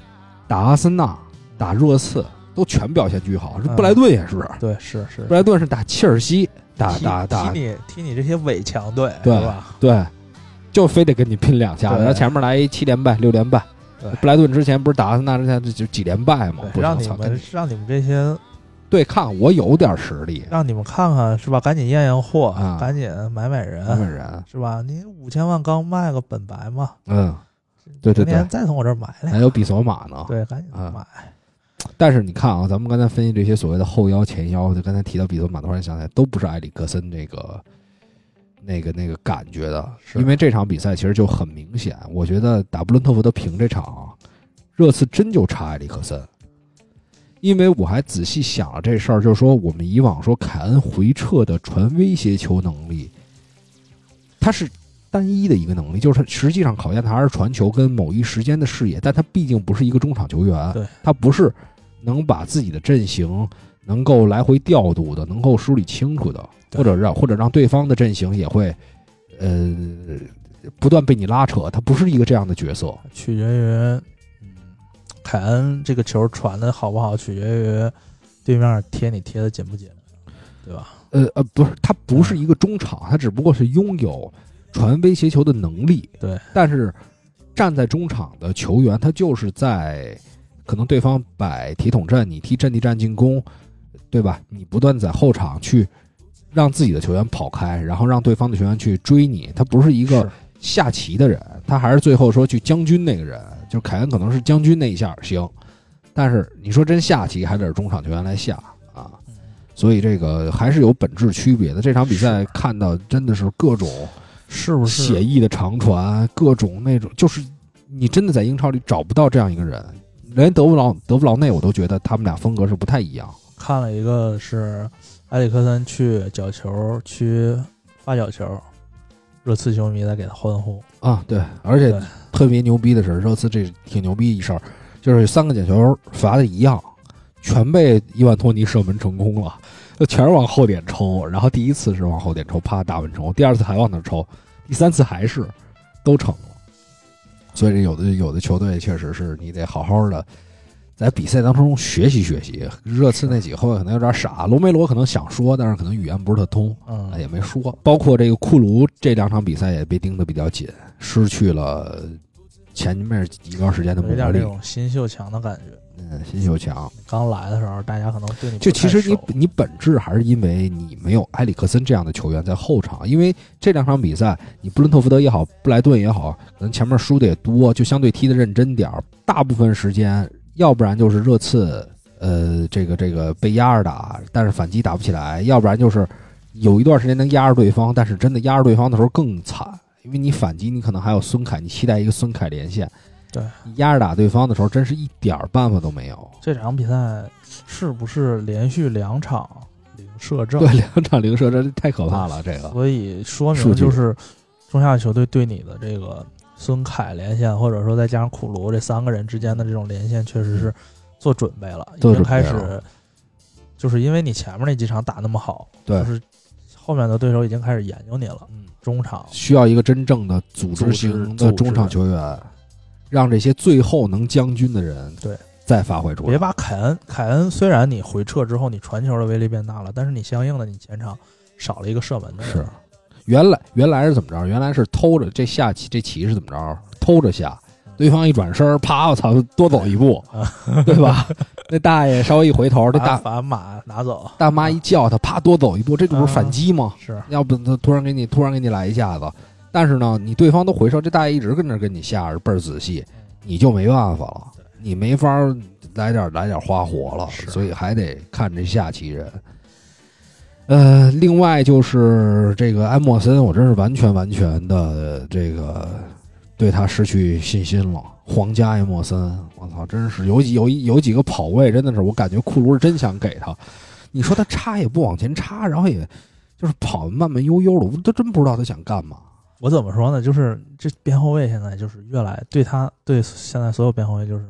Speaker 1: 打阿森纳、打热刺都全表现巨好，这布莱顿也是，
Speaker 2: 对是是
Speaker 1: 布莱顿是打切尔西，打
Speaker 2: 踢
Speaker 1: 打打
Speaker 2: 踢，你踢你这些伪强队
Speaker 1: 对
Speaker 2: 是吧？
Speaker 1: 对，就非得跟你拼两下子，
Speaker 2: 对
Speaker 1: 然后前面来一七连败、六连败
Speaker 2: 对。
Speaker 1: 布莱顿之前不是打阿森纳之前就就几连败吗？不
Speaker 2: 对，让
Speaker 1: 行，
Speaker 2: 你
Speaker 1: 操，跟
Speaker 2: 们
Speaker 1: 你
Speaker 2: 让你们这些
Speaker 1: 对抗，我有点实力，
Speaker 2: 让你们看看是吧？赶紧验验货
Speaker 1: 啊，
Speaker 2: 赶紧买买
Speaker 1: 日
Speaker 2: 人
Speaker 1: 本人，
Speaker 2: 是吧？你五千万刚卖个本白嘛，
Speaker 1: 嗯，对对
Speaker 2: 明
Speaker 1: 对
Speaker 2: 年，再从我这儿买来，
Speaker 1: 还有比索马呢，
Speaker 2: 对，赶紧
Speaker 1: 啊
Speaker 2: 买。
Speaker 1: 但是你看啊，咱们刚才分析这些所谓的后腰、前腰，就刚才提到比索马，突然想起来，都不是埃里克森这个、那个、那个感觉的，
Speaker 2: 是
Speaker 1: 因为这场比赛其实就很明显，我觉得打布伦特福德平这场啊，热刺真就差埃里克森。因为我还仔细想了这事儿，就是说我们以往说凯恩回撤的传威胁球能力，他是单一的一个能力，就是他实际上考验的还是传球跟某一时间的视野，但他毕竟不是一个中场球员，
Speaker 2: 对
Speaker 1: 他不是能把自己的阵型能够来回调度的，能够梳理清楚的，
Speaker 2: 对
Speaker 1: 或者让或者让对方的阵型也会，呃，不断被你拉扯，他不是一个这样的角色，
Speaker 2: 取决于，嗯，凯恩这个球传的好不好，取决于对面贴你贴的紧不紧，对吧？
Speaker 1: 呃呃，不是，他不是一个中场，他只不过是拥有传威胁球的能力。
Speaker 2: 对，
Speaker 1: 但是站在中场的球员，他就是在可能对方摆铁桶阵，你踢阵地战进攻，对吧？你不断在后场去让自己的球员跑开，然后让对方的球员去追你，他不是一
Speaker 2: 一
Speaker 1: 个下棋的人，他还是最后说去将军那个人，就是凯恩可能是将军那一下行，但是你说真下棋还得是中场球员来下啊，
Speaker 2: 嗯
Speaker 1: 所以这个还是有本质区别的。这场比赛看到真的是各种
Speaker 2: 是不是
Speaker 1: 写意的长传，各种那种就是你真的在英超里找不到这样一个人，连德布劳德布劳内我都觉得他们俩风格是不太一样。
Speaker 2: 看了一个是埃里克森去角球去发角球，热刺球迷在给他欢呼，
Speaker 1: 啊，对，而且
Speaker 2: 对
Speaker 1: 特别牛逼的是，热刺这挺牛逼一事儿，就是三个角球罚的一样，全被伊万托尼射门成功了，就全是往后点抽。然后第一次是往后点抽，啪打门成功；第二次还往那儿抽，第三次还是都成了。所以这有的有的球队确实是你得好好的在比赛当中学习学习。热刺那几个后卫可能有点傻，罗梅罗可能想说，但是可能语言不是特通。
Speaker 2: 嗯，
Speaker 1: 也没说。包括这个库卢这两场比赛也被盯得比较紧，失去了前面一段时间的
Speaker 2: 有一
Speaker 1: 磨
Speaker 2: 点那
Speaker 1: 力。
Speaker 2: 种新秀强的感觉。
Speaker 1: 嗯，新秀强，
Speaker 2: 刚来的时候，大家可能对你不
Speaker 1: 就其实
Speaker 2: 太
Speaker 1: 你
Speaker 2: 熟
Speaker 1: 你本质还是因为你没有埃里克森这样的球员在后场，因为这两场比赛你布伦特福德也好，布莱顿也好，可能前面输的也多，就相对踢得认真点儿。大部分时间，要不然就是热刺，呃，这个这个被压着打，但是反击打不起来；要不然就是有一段时间能压着对方，但是真的压着对方的时候更惨，因为你反击你可能还有孙凯，你期待一个孙凯连线，
Speaker 2: 对，
Speaker 1: 压着打对方的时候，真是一点儿办法都没有。
Speaker 2: 这场比赛是不是连续两场零射正？
Speaker 1: 对，两场零射，这太可怕了，这个。
Speaker 2: 所以说
Speaker 1: 数
Speaker 2: 明
Speaker 1: 据
Speaker 2: 就是中下游球队对你的这个孙凯连线，或者说再加上库卢这三个人之间的这种连线，确实是做准备了，
Speaker 1: 嗯
Speaker 2: 已
Speaker 1: 做准
Speaker 2: 经
Speaker 1: 备
Speaker 2: 开始
Speaker 1: 了，
Speaker 2: 就是因为你前面那几场打那么好，
Speaker 1: 对
Speaker 2: 就是后面的对手已经开始研究你了。
Speaker 1: 嗯
Speaker 2: 中场
Speaker 1: 需要一个真正的组织型的中场球员，让这些最后能将军的人
Speaker 2: 对
Speaker 1: 再发挥出
Speaker 2: 别
Speaker 1: 来。
Speaker 2: 把凯恩，凯恩虽然你回撤之后你传球的威力变大了，但是你相应的你前场少了一个射门的人
Speaker 1: 是，原来原来是怎么着？原来是偷着这下棋，这棋是怎么着？偷着下，对方一转身儿，啪！我操，多走一 步，对吧？那大爷稍微一回头，这
Speaker 2: 把
Speaker 1: 大
Speaker 2: 把马拿走
Speaker 1: 大妈一叫他，啪，多走一步，这这不是反击吗？
Speaker 2: 是
Speaker 1: 要不他突然给你突然给你来一下子，但是呢，你对方都回手，这大爷一直跟着跟你下着倍儿仔
Speaker 2: 嗯
Speaker 1: 细，你就没办法了，你没法儿来点来点花活了，
Speaker 2: 是
Speaker 1: 所以还得看这下棋人。呃，另外就是这个安莫森，我真是完全完全的这个对他失去信心了。皇家艾莫森，我操，真是有几有一有几个跑位，真的是我感觉库卢是真想给他。你说他插也不往前插，然后也就是跑慢慢悠悠的，我都真不知道他想干嘛。
Speaker 2: 我怎么说呢？就是这边后卫现在就是越来对他对现在所有边后卫就是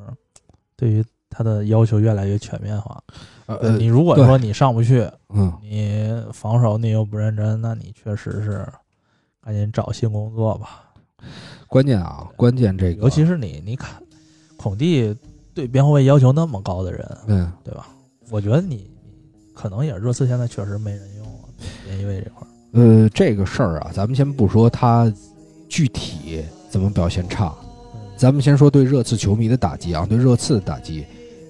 Speaker 2: 对于他的要求越来越全面化。
Speaker 1: 呃
Speaker 2: 你，如果
Speaker 1: 对
Speaker 2: 说你上不去，
Speaker 1: 嗯，
Speaker 2: 你防守你又不认真，那你确实是赶紧找新工作吧。
Speaker 1: 关键啊，关键这个，
Speaker 2: 尤其是你，你看孔蒂对边后卫要求那么高的人，
Speaker 1: 嗯，
Speaker 2: 对吧？我觉得你可能也是热刺现在确实没人用了，边翼位这块儿。
Speaker 1: 呃，这个事儿啊，咱们先不说他具体怎么表现差，咱们先说对热刺球迷的打击啊，对热刺的打击。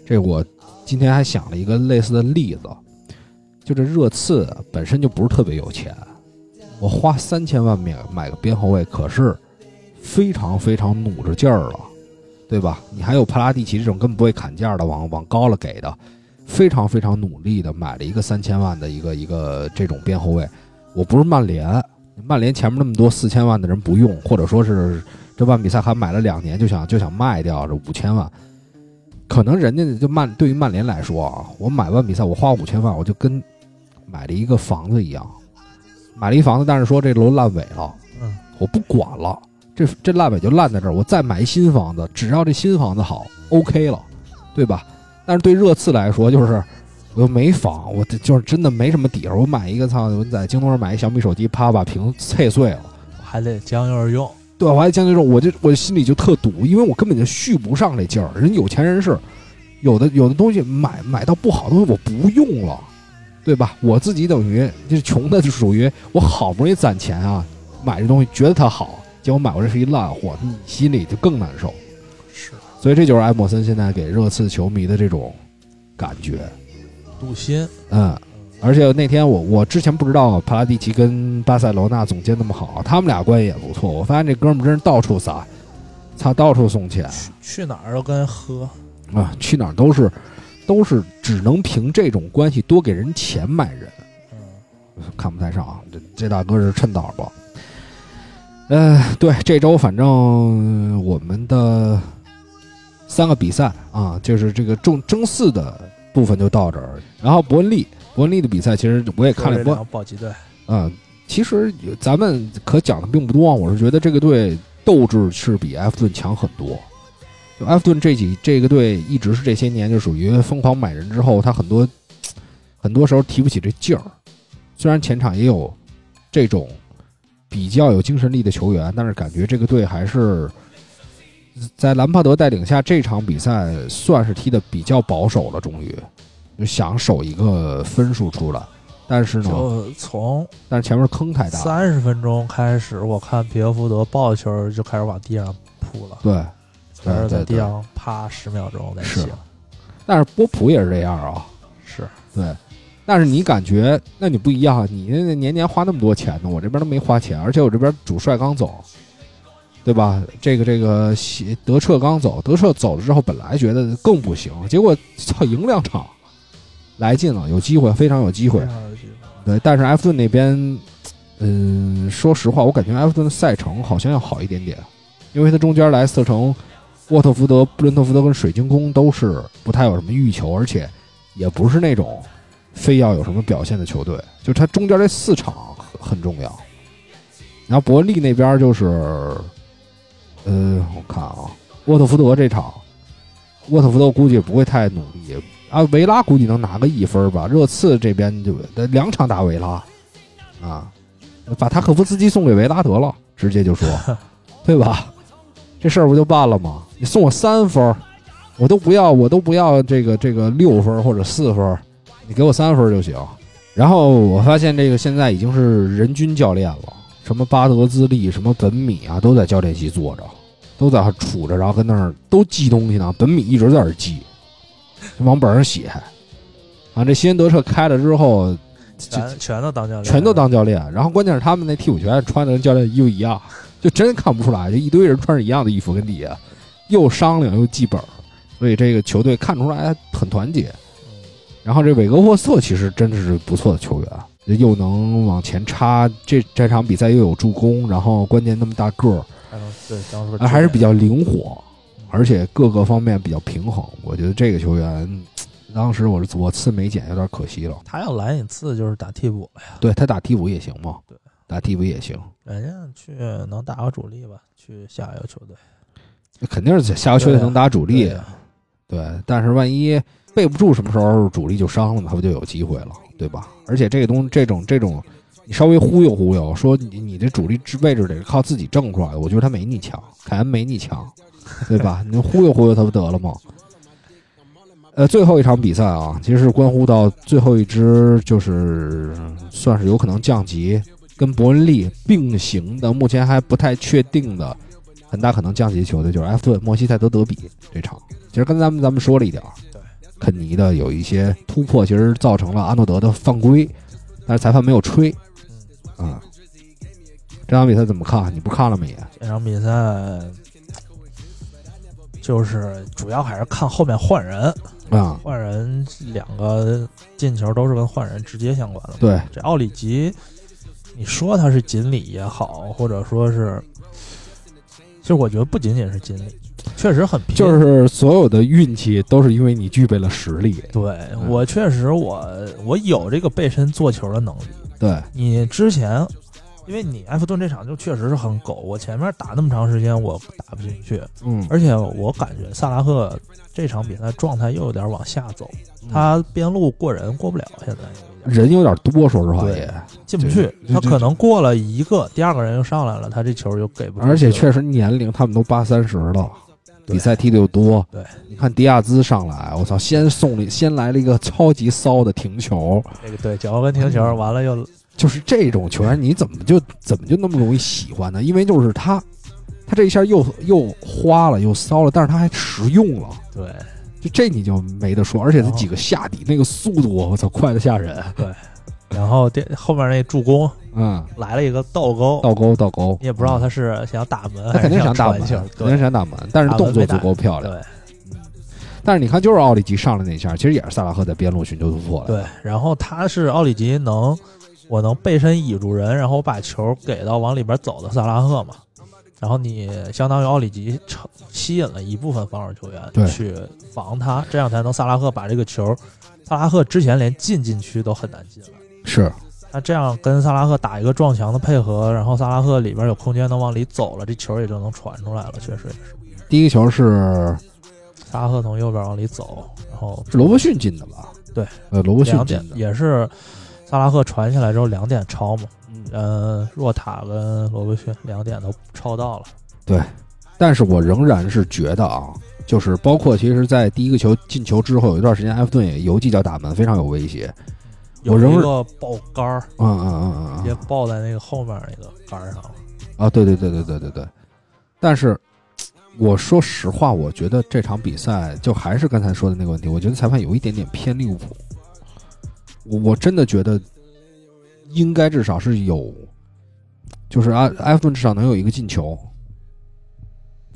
Speaker 1: 这我今天还想了一个类似的例子，就这热刺本身就不是特别有钱，我花三千万买买个边后卫，可是非常非常努着劲儿了，对吧？你还有帕拉蒂奇这种根本不会砍价的，往往高了给的，非常非常努力的买了一个三千万的一个一个这种边后卫。我不是曼联，曼联前面那么多四千万的人不用，或者说是这万比萨卡买了两年就想就想卖掉这五千万，可能人家就曼对于曼联来说啊，我买万比萨我花五千万我就跟买了一个房子一样，买了一房子，但是说这楼烂尾了，
Speaker 2: 嗯，
Speaker 1: 我不管了，这这烂尾就烂在这儿，我再买一新房子，只要这新房子好，OK 了，对吧？但是对热刺来说，就是我又没房，我这就是真的没什么底儿，我买一个操，我在京东上买一小米手机，啪把屏碎碎了。
Speaker 2: 还得将就着用。
Speaker 1: 对，我还将就着，我就我心里就特堵，因为我根本就续不上这劲儿。人有钱人是有的，有的东西买买到不好的东西我不用了，对吧？我自己等于就是穷的，就属于我好不容易攒钱啊，买这东西觉得它好，结果买回来是一烂货，你心里就更难受。
Speaker 2: 是
Speaker 1: 所以这就是艾默森现在给热刺球迷的这种感觉。
Speaker 2: 镀锌，
Speaker 1: 嗯，而且那天我我之前不知道帕拉蒂奇跟巴塞罗那总监那么好，他们俩关系也不错。我发现这哥们儿真是到处撒，他到处送钱
Speaker 2: 去去哪儿都跟人喝。
Speaker 1: 啊，去哪儿都是都是只能凭这种关系多给人钱买人，
Speaker 2: 嗯，
Speaker 1: 看不太上啊。这这大哥是趁早吧？呃，对，这周反正呃我们的三个比赛啊，就是这个争争四的部分就到这儿，然后伯恩利。伯恩利的比赛，其实我也看了
Speaker 2: 这
Speaker 1: 波
Speaker 2: 两，个保级队，
Speaker 1: 啊，其实有咱们可讲的并不多啊，我是觉得这个队斗志是比埃弗顿强很多。就埃弗顿这几这个队一直是这些年就属于疯狂买人之后，他很多很多时候提不起这劲儿。虽然前场也有这种比较有精神力的球员，但是感觉这个队还是在兰帕德带领下，这场比赛算是踢的比较保守了，终于就想守一个分数出来。但是呢，
Speaker 2: 就从
Speaker 1: 但是前面坑太大了。
Speaker 2: 三十分钟开始，我看皮耶福德抱球就开始往地上扑了，
Speaker 1: 对，
Speaker 2: 开始在
Speaker 1: 哎对对
Speaker 2: 地上趴十秒钟再
Speaker 1: 是
Speaker 2: 醒。
Speaker 1: 但是波普也是这样啊。
Speaker 2: 是，
Speaker 1: 对，但是你感觉，那你不一样啊，你那年年花那么多钱呢，我这边都没花钱，而且我这边主帅刚走，对吧？这个这个西德彻刚走，德彻走了之后，本来觉得更不行，结果操赢两场，来劲了，有机会，非常有机会
Speaker 2: 非。常有趣
Speaker 1: 对，但是埃弗顿那边，嗯、说实话，我感觉埃弗顿的赛程好像要好一点点，因为他中间莱斯特城、沃特福德、布伦特福德跟水晶宫都是不太有什么欲求，而且也不是那种非要有什么表现的球队，就他中间这四场很很重要。然后伯恩利那边就是，呃，我看啊，沃特福德这场，沃特福德估计也不会太努力啊，维拉估计能拿个一分吧。热刺这边就呃两场打维拉，啊，把塔可夫斯基送给维拉得了，直接就说，对吧？这事儿不就办了吗？你送我三分儿，我都不要，我都不要这个这个六分儿或者四分儿，你给我三分儿就行。然后我发现这个现在已经是人均教练了，什么巴德兹利、什么本米啊，都在教练席坐着，都在杵着，然后跟那儿都记东西呢。本米一直在那儿记，往本上写。啊，这西恩德彻开了之后，
Speaker 2: 全全都当教练，
Speaker 1: 全都当教练。然后关键是他们那替补球员穿的跟教练衣服一样，就真看不出来，就一堆人穿着一样的衣服跟底下，又商量又记本儿，所以这个球队看出来很团结。
Speaker 2: 嗯
Speaker 1: 然后这韦格霍瑟其实真的是不错的球员，又能往前插，这这场比赛又有助攻，然后关键那么大个儿，
Speaker 2: 还能对当时
Speaker 1: 呃还是比较
Speaker 2: 较
Speaker 1: 灵活，而且各个方面比较平衡。我觉得这个球员，当时我是我次没捡，有点可惜了。
Speaker 2: 他要来一次就是打替补了呀，
Speaker 1: 对他打替补也行嘛
Speaker 2: 对，
Speaker 1: 打替补也行。
Speaker 2: 人家去能打个主力吧，去下一个球队
Speaker 1: 肯定是下游球队能打主力
Speaker 2: 对，呀
Speaker 1: 对。但是万一备不住，什么时候主力就伤了嘛，他不就有机会了，对吧？而且这个东这种这种，你稍微忽悠忽悠，说你你这主力置位置得是靠自己挣出来的，我觉得他没你强，凯恩没你强，对吧？ 你忽悠忽悠他不得了吗？呃，最后一场比赛啊，其实是关乎到最后一支，就是算是有可能降级，跟伯恩利并行的，目前还不太确定的，很大可能降级球队就是埃弗顿、莫西塞德德比这场。其实跟咱们咱们说了一点儿，
Speaker 2: 对
Speaker 1: 肯尼的有一些突破，其实造成了阿诺德的犯规，但是裁判没有吹。啊、这场比赛怎么看？你不看了吗？啊也
Speaker 2: 这场比赛。就是主要还是看后面换人，
Speaker 1: 啊、
Speaker 2: 换人两个进球都是跟换人直接相关的嘛。
Speaker 1: 对，
Speaker 2: 这奥里吉，你说他是锦鲤也好，或者说是，其实我觉得不仅仅是锦鲤，确实很拼。
Speaker 1: 就是所有的运气都是因为你具备了实力。
Speaker 2: 对
Speaker 1: 嗯
Speaker 2: 我确实我我有这个背身做球的能力。
Speaker 1: 对，
Speaker 2: 你之前，因为你埃弗顿这场就确实是很狗，我前面打那么长时间我打不进去，
Speaker 1: 嗯，
Speaker 2: 而且我感觉萨拉赫这场比赛状态又有点往下走，
Speaker 1: 嗯
Speaker 2: 他边路过人过不了，现在有点
Speaker 1: 人有点多，说实话
Speaker 2: 对
Speaker 1: 也，
Speaker 2: 进不去，
Speaker 1: 这
Speaker 2: 他
Speaker 1: 这
Speaker 2: 可能过了一个，第二个人又上来了，他这球就给不出去了。
Speaker 1: 而且确实年龄他们都八三十了，
Speaker 2: 对
Speaker 1: 比赛踢的又多。
Speaker 2: 对，
Speaker 1: 你看迪亚兹上来，我操，先送了先来了一个超级骚的停球，
Speaker 2: 这个对，脚跟停球，
Speaker 1: 嗯
Speaker 2: 完了又
Speaker 1: 就是这种球员，你怎么就怎么就那么容易喜欢呢？因为就是他，他这一下又又花了又骚了，但是他还实用了，
Speaker 2: 对
Speaker 1: 就这你就没得说。而且他
Speaker 2: 然后
Speaker 1: 几个下底那个速度，我操，快的吓人。
Speaker 2: 对，然后这后面那助攻
Speaker 1: 嗯，
Speaker 2: 来了一个倒钩，
Speaker 1: 倒钩倒钩，嗯
Speaker 2: 你也不知道他是想打门，
Speaker 1: 他肯定
Speaker 2: 还是
Speaker 1: 打
Speaker 2: 传
Speaker 1: 门，
Speaker 2: 球，
Speaker 1: 肯定
Speaker 2: 对
Speaker 1: 想打门，但是动作足够漂亮。嗯
Speaker 2: 对
Speaker 1: 但是你看，就是奥里吉上来那一下，其实也是萨拉赫在边路寻求突破的。
Speaker 2: 对，然后他是奥里吉能，我能背身倚住人，然后把球给到往里边走的萨拉赫嘛。然后你相当于奥里吉成吸引了一部分防守球员
Speaker 1: 对
Speaker 2: 去防他，这样才能萨拉赫把这个球。萨拉赫之前连进禁区都很难进了，
Speaker 1: 是，
Speaker 2: 那这样跟萨拉赫打一个撞墙的配合，然后萨拉赫里边有空间能往里走了，这球也就能传出来了。确实也是，
Speaker 1: 第一个球是
Speaker 2: 萨拉赫从右边往里走，然后
Speaker 1: 是罗伯逊进的吧？
Speaker 2: 对，
Speaker 1: 呃，罗伯逊
Speaker 2: 两
Speaker 1: 进
Speaker 2: 点
Speaker 1: 的。
Speaker 2: 也是萨拉赫传下来之后两点超嘛，
Speaker 1: 嗯
Speaker 2: 呃，若塔跟罗伯逊两点都超到了，
Speaker 1: 但是我仍然是觉得啊，就是包括其实，在第一个球进球之后，有一段时间埃弗顿也游击脚打门非常有威胁。我
Speaker 2: 有
Speaker 1: 仍
Speaker 2: 一
Speaker 1: 然
Speaker 2: 个爆杆儿，
Speaker 1: 嗯嗯嗯嗯
Speaker 2: 直
Speaker 1: 嗯
Speaker 2: 接爆在那个后面那个杆儿上了。
Speaker 1: 啊，对对对对对对对。但是我说实话，我觉得这场比赛就还是刚才说的那个问题，我觉得裁判有一点点偏利物浦。我我真的觉得应该至少是有，就是埃埃弗顿至少能有一个进球，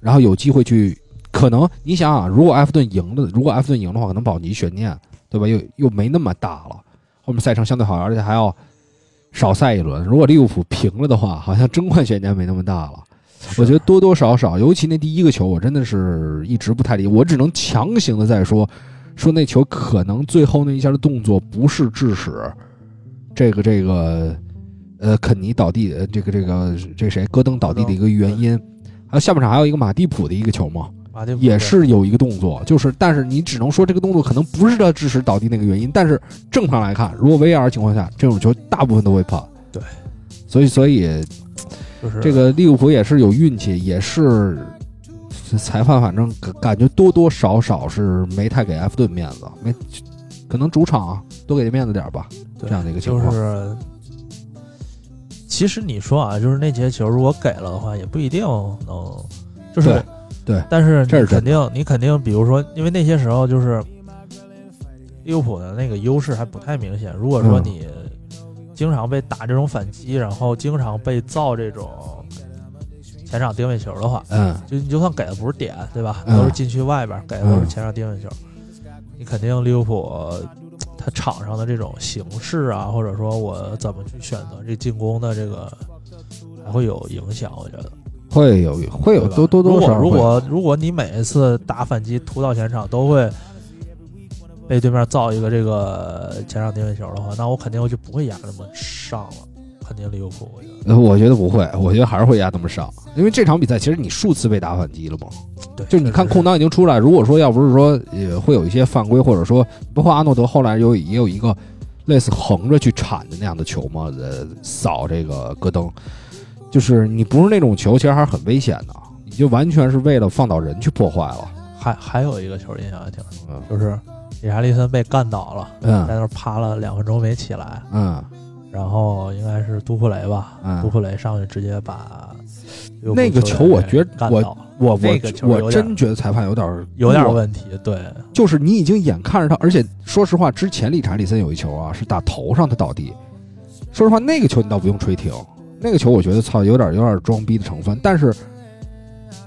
Speaker 1: 然后有机会去。可能你想想、如果埃弗顿赢了，如果埃弗顿赢的话，可能保级悬念，对吧？又又没那么大了，后面赛程相对好，而且还要少赛一轮。如果利物浦平了的话，好像争冠悬念没那么大了。我觉得多多少少，尤其那第一个球，我真的是一直不太理解，我只能强行的再说，说那球可能最后那一下的动作不是致使这个这个呃肯尼倒地，呃这个这个这谁戈登倒地的一个原因。还有下半场还有一个马蒂普的一个球嘛，
Speaker 2: 马蒂普
Speaker 1: 也是有一个动作，就是但是你只能说这个动作可能不是他致使倒地那个原因，但是正常来看，如果 VR 情况下，这种球大部分都会判。
Speaker 2: 对，
Speaker 1: 所以所以
Speaker 2: 就是
Speaker 1: 这个利物浦也是有运气，也是裁判，反正感感觉多多少少是没太给埃弗顿面子，没可能主场啊多给面子点儿吧。
Speaker 2: 对
Speaker 1: 这样的一个情况
Speaker 2: 就是。其实你说啊，就是那节球如果给了的话，也不一定能，就是
Speaker 1: 对对
Speaker 2: 但是
Speaker 1: 这
Speaker 2: 你
Speaker 1: 是
Speaker 2: 肯定，你肯定，比如说，因为那些时候就是利物浦的那个优势还不太明显。如果说
Speaker 1: 嗯
Speaker 2: 你经常被打这种反击，然后经常被造这种前场定位球的话，
Speaker 1: 嗯，
Speaker 2: 就你就算给的不是点，对吧？
Speaker 1: 嗯
Speaker 2: 都是禁区外边给的都是
Speaker 1: 嗯
Speaker 2: 前场定位球，你肯定利物浦呃他场上的这种形式啊，或者说我怎么去选择这进攻的这个，还会有影响。我觉得
Speaker 1: 会有会有
Speaker 2: 对吧
Speaker 1: 多多多少少
Speaker 2: 如果如
Speaker 1: 会有
Speaker 2: 果如果你每一次打反击突到前场都会被对面造一个这个前场定位球的话，那我肯定就不会压那么上了，肯定利物浦。我觉得
Speaker 1: 呃我觉得不会，我觉得还是会压他们上，因为这场比赛其实你数次被打反击了嘛，
Speaker 2: 对，
Speaker 1: 就你看
Speaker 2: 确实
Speaker 1: 空当已经出来，如果说要不是说也会有一些犯规，或者说包括阿诺德后来有也有一个类似横着去铲的那样的球嘛，呃，扫这个戈登，就是你不是那种球，其实还是很危险的，你就完全是为了放倒人去破坏了，
Speaker 2: 是还还有一个球印象还挺深
Speaker 1: 嗯
Speaker 2: 就是理查利森被干倒了，在
Speaker 1: 嗯
Speaker 2: 那儿趴了两分钟没起来，
Speaker 1: 嗯
Speaker 2: 然后应该是杜库雷吧，杜
Speaker 1: 嗯，
Speaker 2: 库雷上去直接把利物浦
Speaker 1: 那个球我觉
Speaker 2: 给
Speaker 1: 得
Speaker 2: 干倒了，
Speaker 1: 我
Speaker 2: 那个球
Speaker 1: 我
Speaker 2: 有
Speaker 1: 我
Speaker 2: 点
Speaker 1: 真觉得裁判有点儿
Speaker 2: 有点
Speaker 1: 弱
Speaker 2: 问题，对，
Speaker 1: 就是你已经眼看着他，而且说实话，之前理查利森有一球啊，是打头上他倒地。说实话，那个球你倒不用吹停，那个球我觉得操有点有点装逼的成分。但是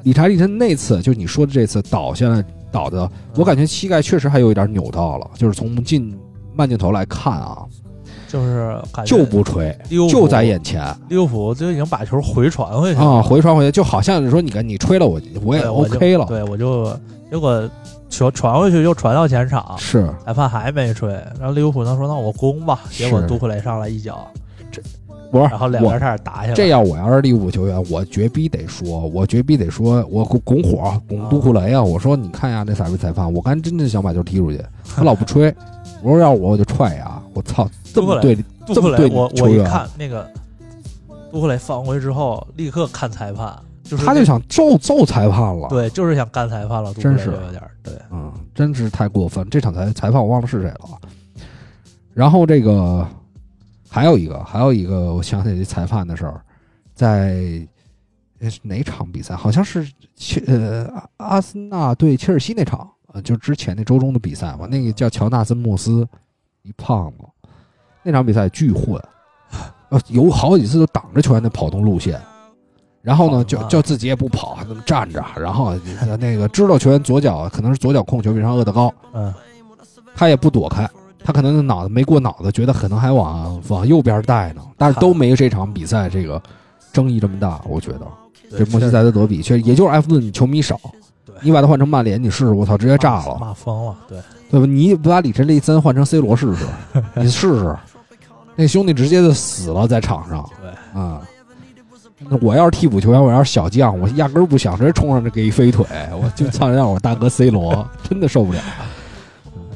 Speaker 1: 理查利森那次，就是你说的这次倒下来倒的，我感觉膝盖确实还有一点扭到了，就是从近慢镜头来看
Speaker 2: 哎
Speaker 1: 啊，
Speaker 2: 就是感觉
Speaker 1: 就不吹，
Speaker 2: 利物浦
Speaker 1: 就在眼前
Speaker 2: 利物浦就已经把球回传回去了
Speaker 1: 啊，回传回去，就好像是说你看你吹了我，我也
Speaker 2: 对哎我就
Speaker 1: OK 了，
Speaker 2: 对我就结果球传回去又传到前场，
Speaker 1: 是
Speaker 2: 裁判还没吹，然后利物浦呢说那我攻吧，结果
Speaker 1: 是
Speaker 2: 杜库雷上来一脚，
Speaker 1: 不是？
Speaker 2: 然后两
Speaker 1: 我
Speaker 2: 边差点打起来，
Speaker 1: 这要我要是利物浦球员，我绝逼得说，我绝逼得说，我拱拱火，拱杜库雷啊！我说你看呀，那傻逼裁判，我刚真正想把球踢出 去，他老不吹，我说要我我就踹呀！我操，这么对你，
Speaker 2: 杜库
Speaker 1: 这么对
Speaker 2: 雷，
Speaker 1: 你
Speaker 2: 我
Speaker 1: 球
Speaker 2: 我一
Speaker 1: 员啊
Speaker 2: 看那个杜库雷犯规之后，立刻看裁判，就是
Speaker 1: 他
Speaker 2: 那
Speaker 1: 就想揍揍裁判了。，
Speaker 2: 对，就是想干裁判了，杜库
Speaker 1: 真
Speaker 2: 雷
Speaker 1: 是
Speaker 2: 就有点儿对，
Speaker 1: 嗯，真是太过分。这场裁裁判我忘了是谁了啊。然后这个还有一个，还有一个，我想起裁判的事儿，在。呃是哪场比赛？好像是切呃阿阿森纳对切尔西那场，呃，就之前那周中的比赛嘛。那个叫乔纳森莫斯，一胖子，那场比赛巨混，呃，有好几次都挡着球员的跑动路线，然后呢，
Speaker 2: 跑得
Speaker 1: 就
Speaker 2: 慢
Speaker 1: 就自己也不跑，还那么站着，然后那个知道球员左脚可能是左脚控球比上厄德高，
Speaker 2: 嗯，
Speaker 1: 他也不躲开，他可能脑子没过脑子，觉得可能还往往右边带呢，但是都没有这场比赛这个争议这么大，我觉得。这莫西塞德德比，确实也就是埃弗顿球迷少
Speaker 2: 对，
Speaker 1: 你把它换成曼联，你试试，我操，直接
Speaker 2: 被
Speaker 1: 炸了，
Speaker 2: 骂疯了，对，
Speaker 1: 对吧？你把里查利森换成 C 罗试试，你试试，那兄弟直接就死了在场上。
Speaker 2: 对
Speaker 1: 啊、那我要是替补球员，我要是小将，我压根儿不想，直接冲上去给一飞腿，我就操让我大哥 C 罗，真的受不了。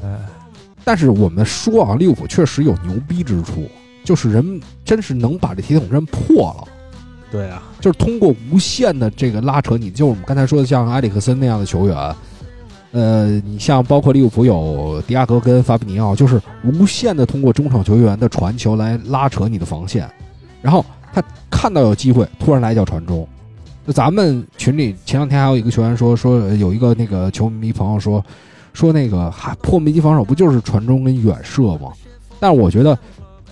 Speaker 2: 哎，
Speaker 1: 但是我们说啊，利物浦确实有牛逼之处，就是人真是能把这铁桶阵破了。
Speaker 2: 对啊，
Speaker 1: 就是通过无限的这个拉扯你，就是我们刚才说的像埃里克森那样的球员，呃，你像包括利物浦有迪亚哥跟法比尼奥，就是无限的通过中场球员的传球来拉扯你的防线，然后他看到有机会，突然来一脚传中。就咱们群里前两天还有一个球员说说呃有一个那个球迷朋友说说那个还破门级防守不就是传中跟远射吗？但我觉得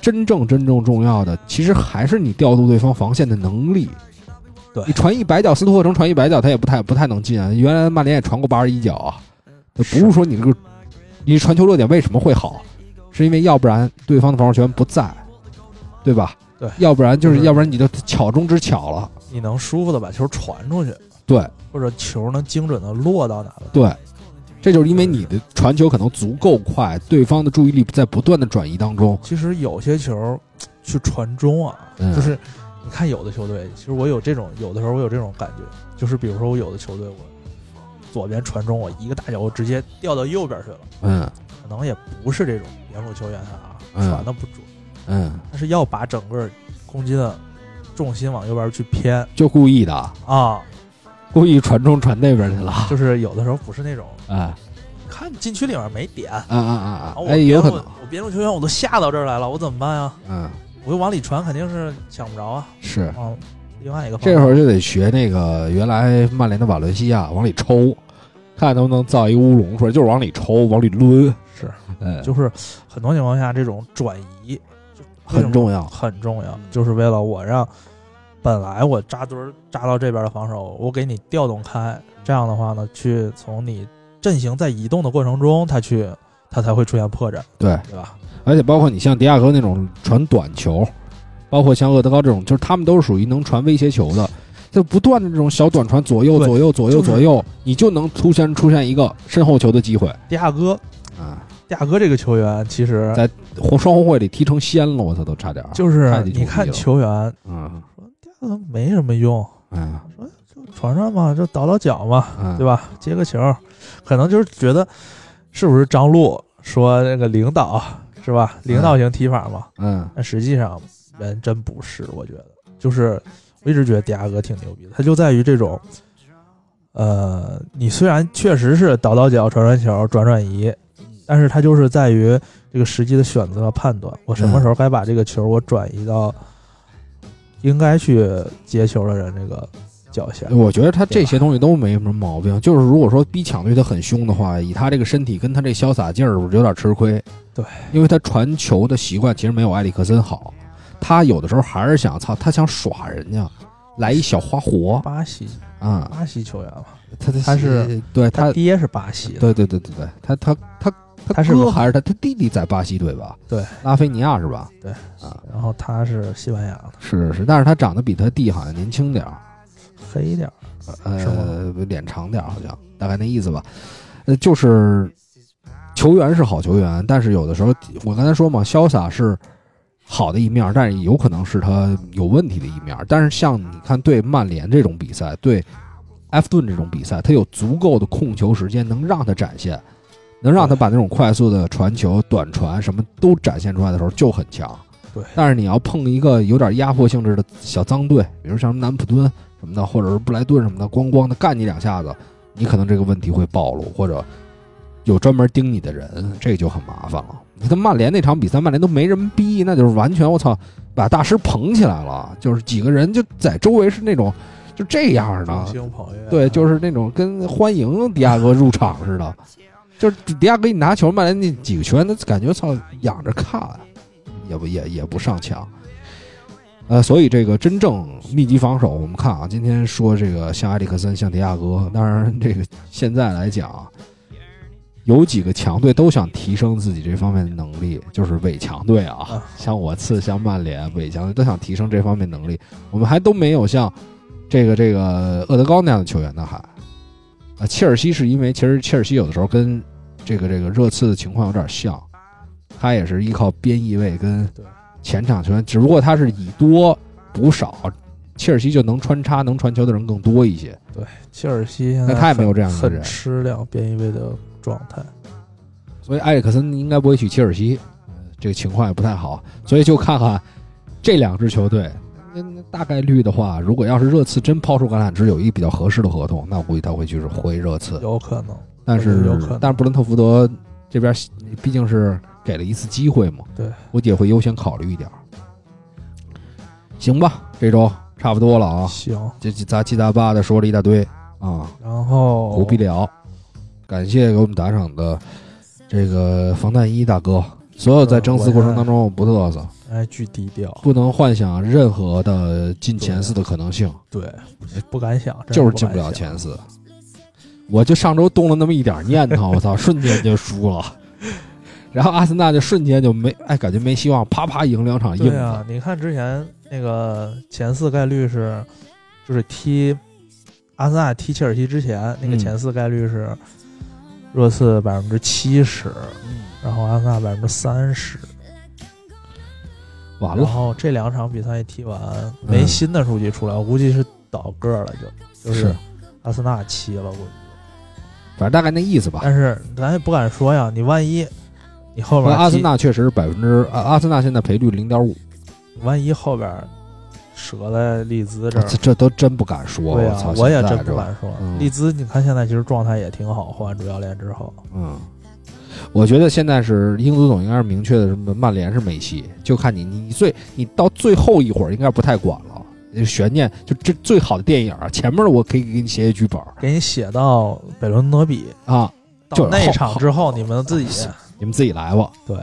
Speaker 1: 真正真正重要的其实还是你调度对方防线的能力。
Speaker 2: 对
Speaker 1: 你传一百脚，斯托克城传一百脚，他也不太不太能进啊。原来曼联也传过八十一脚啊，不是说你这个你传球落点为什么会好，是因为要不然对方的防守权不在，对吧？
Speaker 2: 对
Speaker 1: 要不然就是
Speaker 2: 就是
Speaker 1: 要不然你就巧中之巧了。
Speaker 2: 你能舒服的把球传出去，
Speaker 1: 对
Speaker 2: 或者球能精准的落到哪个，
Speaker 1: 对，这就是因为你的传球可能足够快，对方的注意力在不断的转移当中。
Speaker 2: 其实有些球去传中啊，
Speaker 1: 嗯
Speaker 2: 就是你看有的球队，其实我有这种，有的时候我有这种感觉，就是比如说我有的球队，我左边传中，我一个大脚，我直接掉到右边去了，
Speaker 1: 嗯
Speaker 2: 可能也不是这种边路球员他啊，
Speaker 1: 嗯
Speaker 2: 传的不准，
Speaker 1: 嗯，
Speaker 2: 他是要把整个攻击的重心往右边去偏
Speaker 1: 就故意的，
Speaker 2: 啊，
Speaker 1: 故意传中传那边去了。
Speaker 2: 就是有的时候不是那种
Speaker 1: 哎啊
Speaker 2: 看禁区里面没点，
Speaker 1: 啊啊啊
Speaker 2: 啊，！我
Speaker 1: 哎，
Speaker 2: 边
Speaker 1: 有可
Speaker 2: 路
Speaker 1: 能，
Speaker 2: 我边路球员我都下到这儿来了，我怎么办呀？
Speaker 1: 嗯，
Speaker 2: 我就往里传肯定是抢不着啊，
Speaker 1: 是
Speaker 2: 往另外一个方向
Speaker 1: 这会儿就得学那个原来曼联的瓦伦西亚往里抽，看能不能造一个乌龙出来，就是往里抽，往里抡，
Speaker 2: 是，
Speaker 1: 嗯，
Speaker 2: 就是很多情况下这种转移就为什
Speaker 1: 很
Speaker 2: 么
Speaker 1: 重要。
Speaker 2: 很重要，就是为了我让本来我扎堆儿扎到这边的防守，我给你调动开，这样的话呢，去从你阵型在移动的过程中，它去它才会出现破绽，
Speaker 1: 对，
Speaker 2: 对吧？
Speaker 1: 而且包括你像迪亚哥那种传短球，包括像厄德高这种，就是他们都是属于能传威胁球的，就不断的这种小短传左右
Speaker 2: 对
Speaker 1: 左右左右
Speaker 2: 就是
Speaker 1: 左右，你就能出现出现一个身后球的机会
Speaker 2: 迪亚哥，
Speaker 1: 啊！
Speaker 2: 迪亚哥这个球员其实
Speaker 1: 在红双红会里踢成仙了，我操，都差点儿。
Speaker 2: 就是
Speaker 1: 太牛逼
Speaker 2: 你看
Speaker 1: 了
Speaker 2: 球员
Speaker 1: 嗯，
Speaker 2: 呃没什么用，
Speaker 1: 哎呀，
Speaker 2: 传传嘛，就倒倒脚嘛，
Speaker 1: 嗯
Speaker 2: 对吧？接个球，可能就是觉得是不是张璐说那个领导是吧？领导型踢法嘛，
Speaker 1: 嗯，
Speaker 2: 但实际上人真不是，我觉得就是我一直觉得迪亚哥挺牛逼的，他就在于这种，呃，你虽然确实是倒倒脚、传传球、转转移，
Speaker 1: 嗯
Speaker 2: 但是他就是在于这个时机的选择和判断，我
Speaker 1: 嗯
Speaker 2: 什么时候该把这个球我转移到应该去接球的人这个脚下。
Speaker 1: 我觉得他这些东西都没什么毛病，就是如果说逼抢对他很凶的话，以他这个身体跟他这潇洒劲儿，我有点吃亏。
Speaker 2: 对，
Speaker 1: 因为他传球的习惯其实没有埃里克森好，他有的时候还是想操，他想耍人家，来一小花活
Speaker 2: 巴西，
Speaker 1: 啊、
Speaker 2: 巴西球员嘛，
Speaker 1: 他他
Speaker 2: 他是
Speaker 1: 对
Speaker 2: 他
Speaker 1: 他
Speaker 2: 爹是巴西的，
Speaker 1: 对对对对对，他他他
Speaker 2: 他是
Speaker 1: 哥还是他他弟弟在巴西队吧？
Speaker 2: 对，
Speaker 1: 拉菲尼亚是吧？
Speaker 2: 对
Speaker 1: 啊，
Speaker 2: 然后他是西班牙的，
Speaker 1: 是是，但是他长得比他弟好像年轻点儿。
Speaker 2: 黑一点儿，是
Speaker 1: 呃
Speaker 2: 吗，
Speaker 1: 脸长点儿好像，大概那意思吧。呃，就是球员是好球员，但是有的时候我刚才说嘛，潇洒是好的一面儿，但是也有可能是他有问题的一面儿。但是像你看，对曼联这种比赛，对埃弗顿这种比赛，他有足够的控球时间，能让他展现，能让他把那种快速的传球、短传什么都展现出来的时候，就很强。
Speaker 2: 对
Speaker 1: 但是你要碰一个有点压迫性质的小脏队，比如像南普敦什么的，或者是布莱顿什么的，咣咣的干你两下子，你可能这个问题会暴露，或者有专门盯你的人，这就很麻烦了。你看曼联那场比赛，曼联都没人逼，那就是完全我操，把大师捧起来了，就是几个人就在周围是那种就这样
Speaker 2: 众
Speaker 1: 的，
Speaker 2: 星捧月，
Speaker 1: 对，就是那种跟欢迎迪亚哥入场似的，就是迪亚哥一拿球，曼联那几个球员都感觉操仰着看，也不也也不上抢。呃，所以这个真正密集防守，我们看啊，今天说这个像埃里克森、像迪亚哥，当然这个现在来讲啊，有几个强队都想提升自己这方面的能力，就是伪强队啊
Speaker 2: 啊，
Speaker 1: 像我次、像曼联、伪强队都想提升这方面能力，我们还都没有像这个这个厄德高那样的球员呢，还啊，切尔西是因为其实切尔西有的时候跟这个这个热刺的情况有点像，他也是依靠边翼位跟
Speaker 2: 对
Speaker 1: 前场球员，只不过他是以多补少，切尔西就能穿插能传球的人更多一些。
Speaker 2: 切尔西现在
Speaker 1: 那他也没有这样的
Speaker 2: 呃很
Speaker 1: 人
Speaker 2: 很吃两边翼位的状态。
Speaker 1: 所以埃里克森应该不会去切尔西，呃这个情况也不太好，所以就看看这两支球队。那那大概率的话，如果要是热刺真抛出橄榄枝，有一比较合适的合同，那我估计他会去回热刺。
Speaker 2: 有可能，
Speaker 1: 但
Speaker 2: 我觉
Speaker 1: 是
Speaker 2: 得有可能
Speaker 1: 但是布伦特福德这边毕竟是给了一次机会嘛，
Speaker 2: 对，
Speaker 1: 估计也会优先考虑一点儿。行吧，这周差不多了啊，
Speaker 2: 行。
Speaker 1: 这这杂七杂八的说了一大堆啊，
Speaker 2: 然后
Speaker 1: 不必聊。感谢给我们打赏的这个防弹衣大哥，所有
Speaker 2: 嗯
Speaker 1: 在争四过程当中我不嘚瑟，
Speaker 2: 哎，巨低调，
Speaker 1: 不能幻想任何的进前四的可能性，
Speaker 2: 对，不敢想，真
Speaker 1: 就是
Speaker 2: 敢
Speaker 1: 进不了
Speaker 2: 想
Speaker 1: 前。四。我就上周动了那么一点念头，我操，瞬间就输了。然后阿森纳就瞬间就没，哎，感觉没希望，啪啪赢两场硬
Speaker 2: 对
Speaker 1: 的。
Speaker 2: 啊，你看之前那个前四概率是，就是踢阿森纳踢切尔西之前，那个
Speaker 1: 嗯
Speaker 2: 前四概率是热刺百分之七十，然后阿森纳百分之三十，
Speaker 1: 完
Speaker 2: 然
Speaker 1: 了，
Speaker 2: 后这两场比赛一踢完，没
Speaker 1: 嗯
Speaker 2: 新的数据出来，我估计是倒个儿了就，就是阿森纳七了，估计。
Speaker 1: 反正大概那意思吧。
Speaker 2: 但是咱也不敢说呀，你万一你后
Speaker 1: 和
Speaker 2: 面
Speaker 1: 阿森
Speaker 2: 踢，
Speaker 1: 纳确实是百分之，啊阿森纳现在赔率零点五，
Speaker 2: 万一后边折在利兹这
Speaker 1: 啊这
Speaker 2: 儿，
Speaker 1: 这都真不敢说。
Speaker 2: 对
Speaker 1: 操
Speaker 2: 呀，，我也
Speaker 1: 现在
Speaker 2: 真
Speaker 1: 这
Speaker 2: 不敢说
Speaker 1: 嗯。
Speaker 2: 利兹，你看现在其实状态也挺好，换主教练之后，
Speaker 1: 嗯，我觉得现在是英足总应该是明确的，什么曼联是梅西，就看你你你最你到最后一会儿应该不太管了，那悬念就这最好的电影啊，前面的我可以给你写写剧本
Speaker 2: 给你写到北伦敦德比，
Speaker 1: 啊，
Speaker 2: 到
Speaker 1: 就是
Speaker 2: 那
Speaker 1: 后
Speaker 2: 场之后你们自己
Speaker 1: 是你们自己来吧。
Speaker 2: 对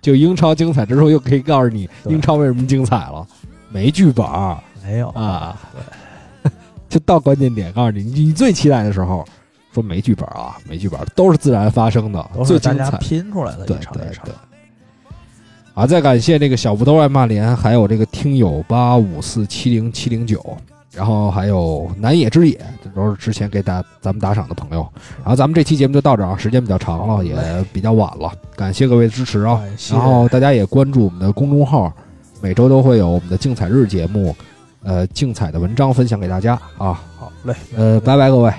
Speaker 1: 就英超精彩之后，又可以告诉你
Speaker 2: 对
Speaker 1: 英超为什么精彩了，没剧本儿
Speaker 2: 没有
Speaker 1: 啊，就到关键点告诉你，你你最期待的时候说没剧本儿啊，没剧本儿都是自然发生的，
Speaker 2: 都
Speaker 1: 最
Speaker 2: 是大
Speaker 1: 精
Speaker 2: 家
Speaker 1: 彩
Speaker 2: 拼出来的
Speaker 1: 对
Speaker 2: 一场
Speaker 1: 对
Speaker 2: 一场
Speaker 1: 对。啊，再感谢这个小不都爱骂联，还有这个听友八五四七零七零九，然后还有南野之野，这都是之前给打咱们打赏的朋友。然后咱们这期节目就到这儿啊，时间比较长了，也比较晚了，感谢各位的支持啊。
Speaker 2: 哎谢
Speaker 1: 然后大家也关注我们的公众号，每周都会有我们的竞彩日节目，呃，竞彩的文章分享给大家啊。
Speaker 2: 好嘞，
Speaker 1: 呃，拜拜各位，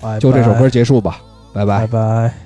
Speaker 2: 拜
Speaker 1: 就这首歌，结束吧，拜拜
Speaker 2: 拜拜。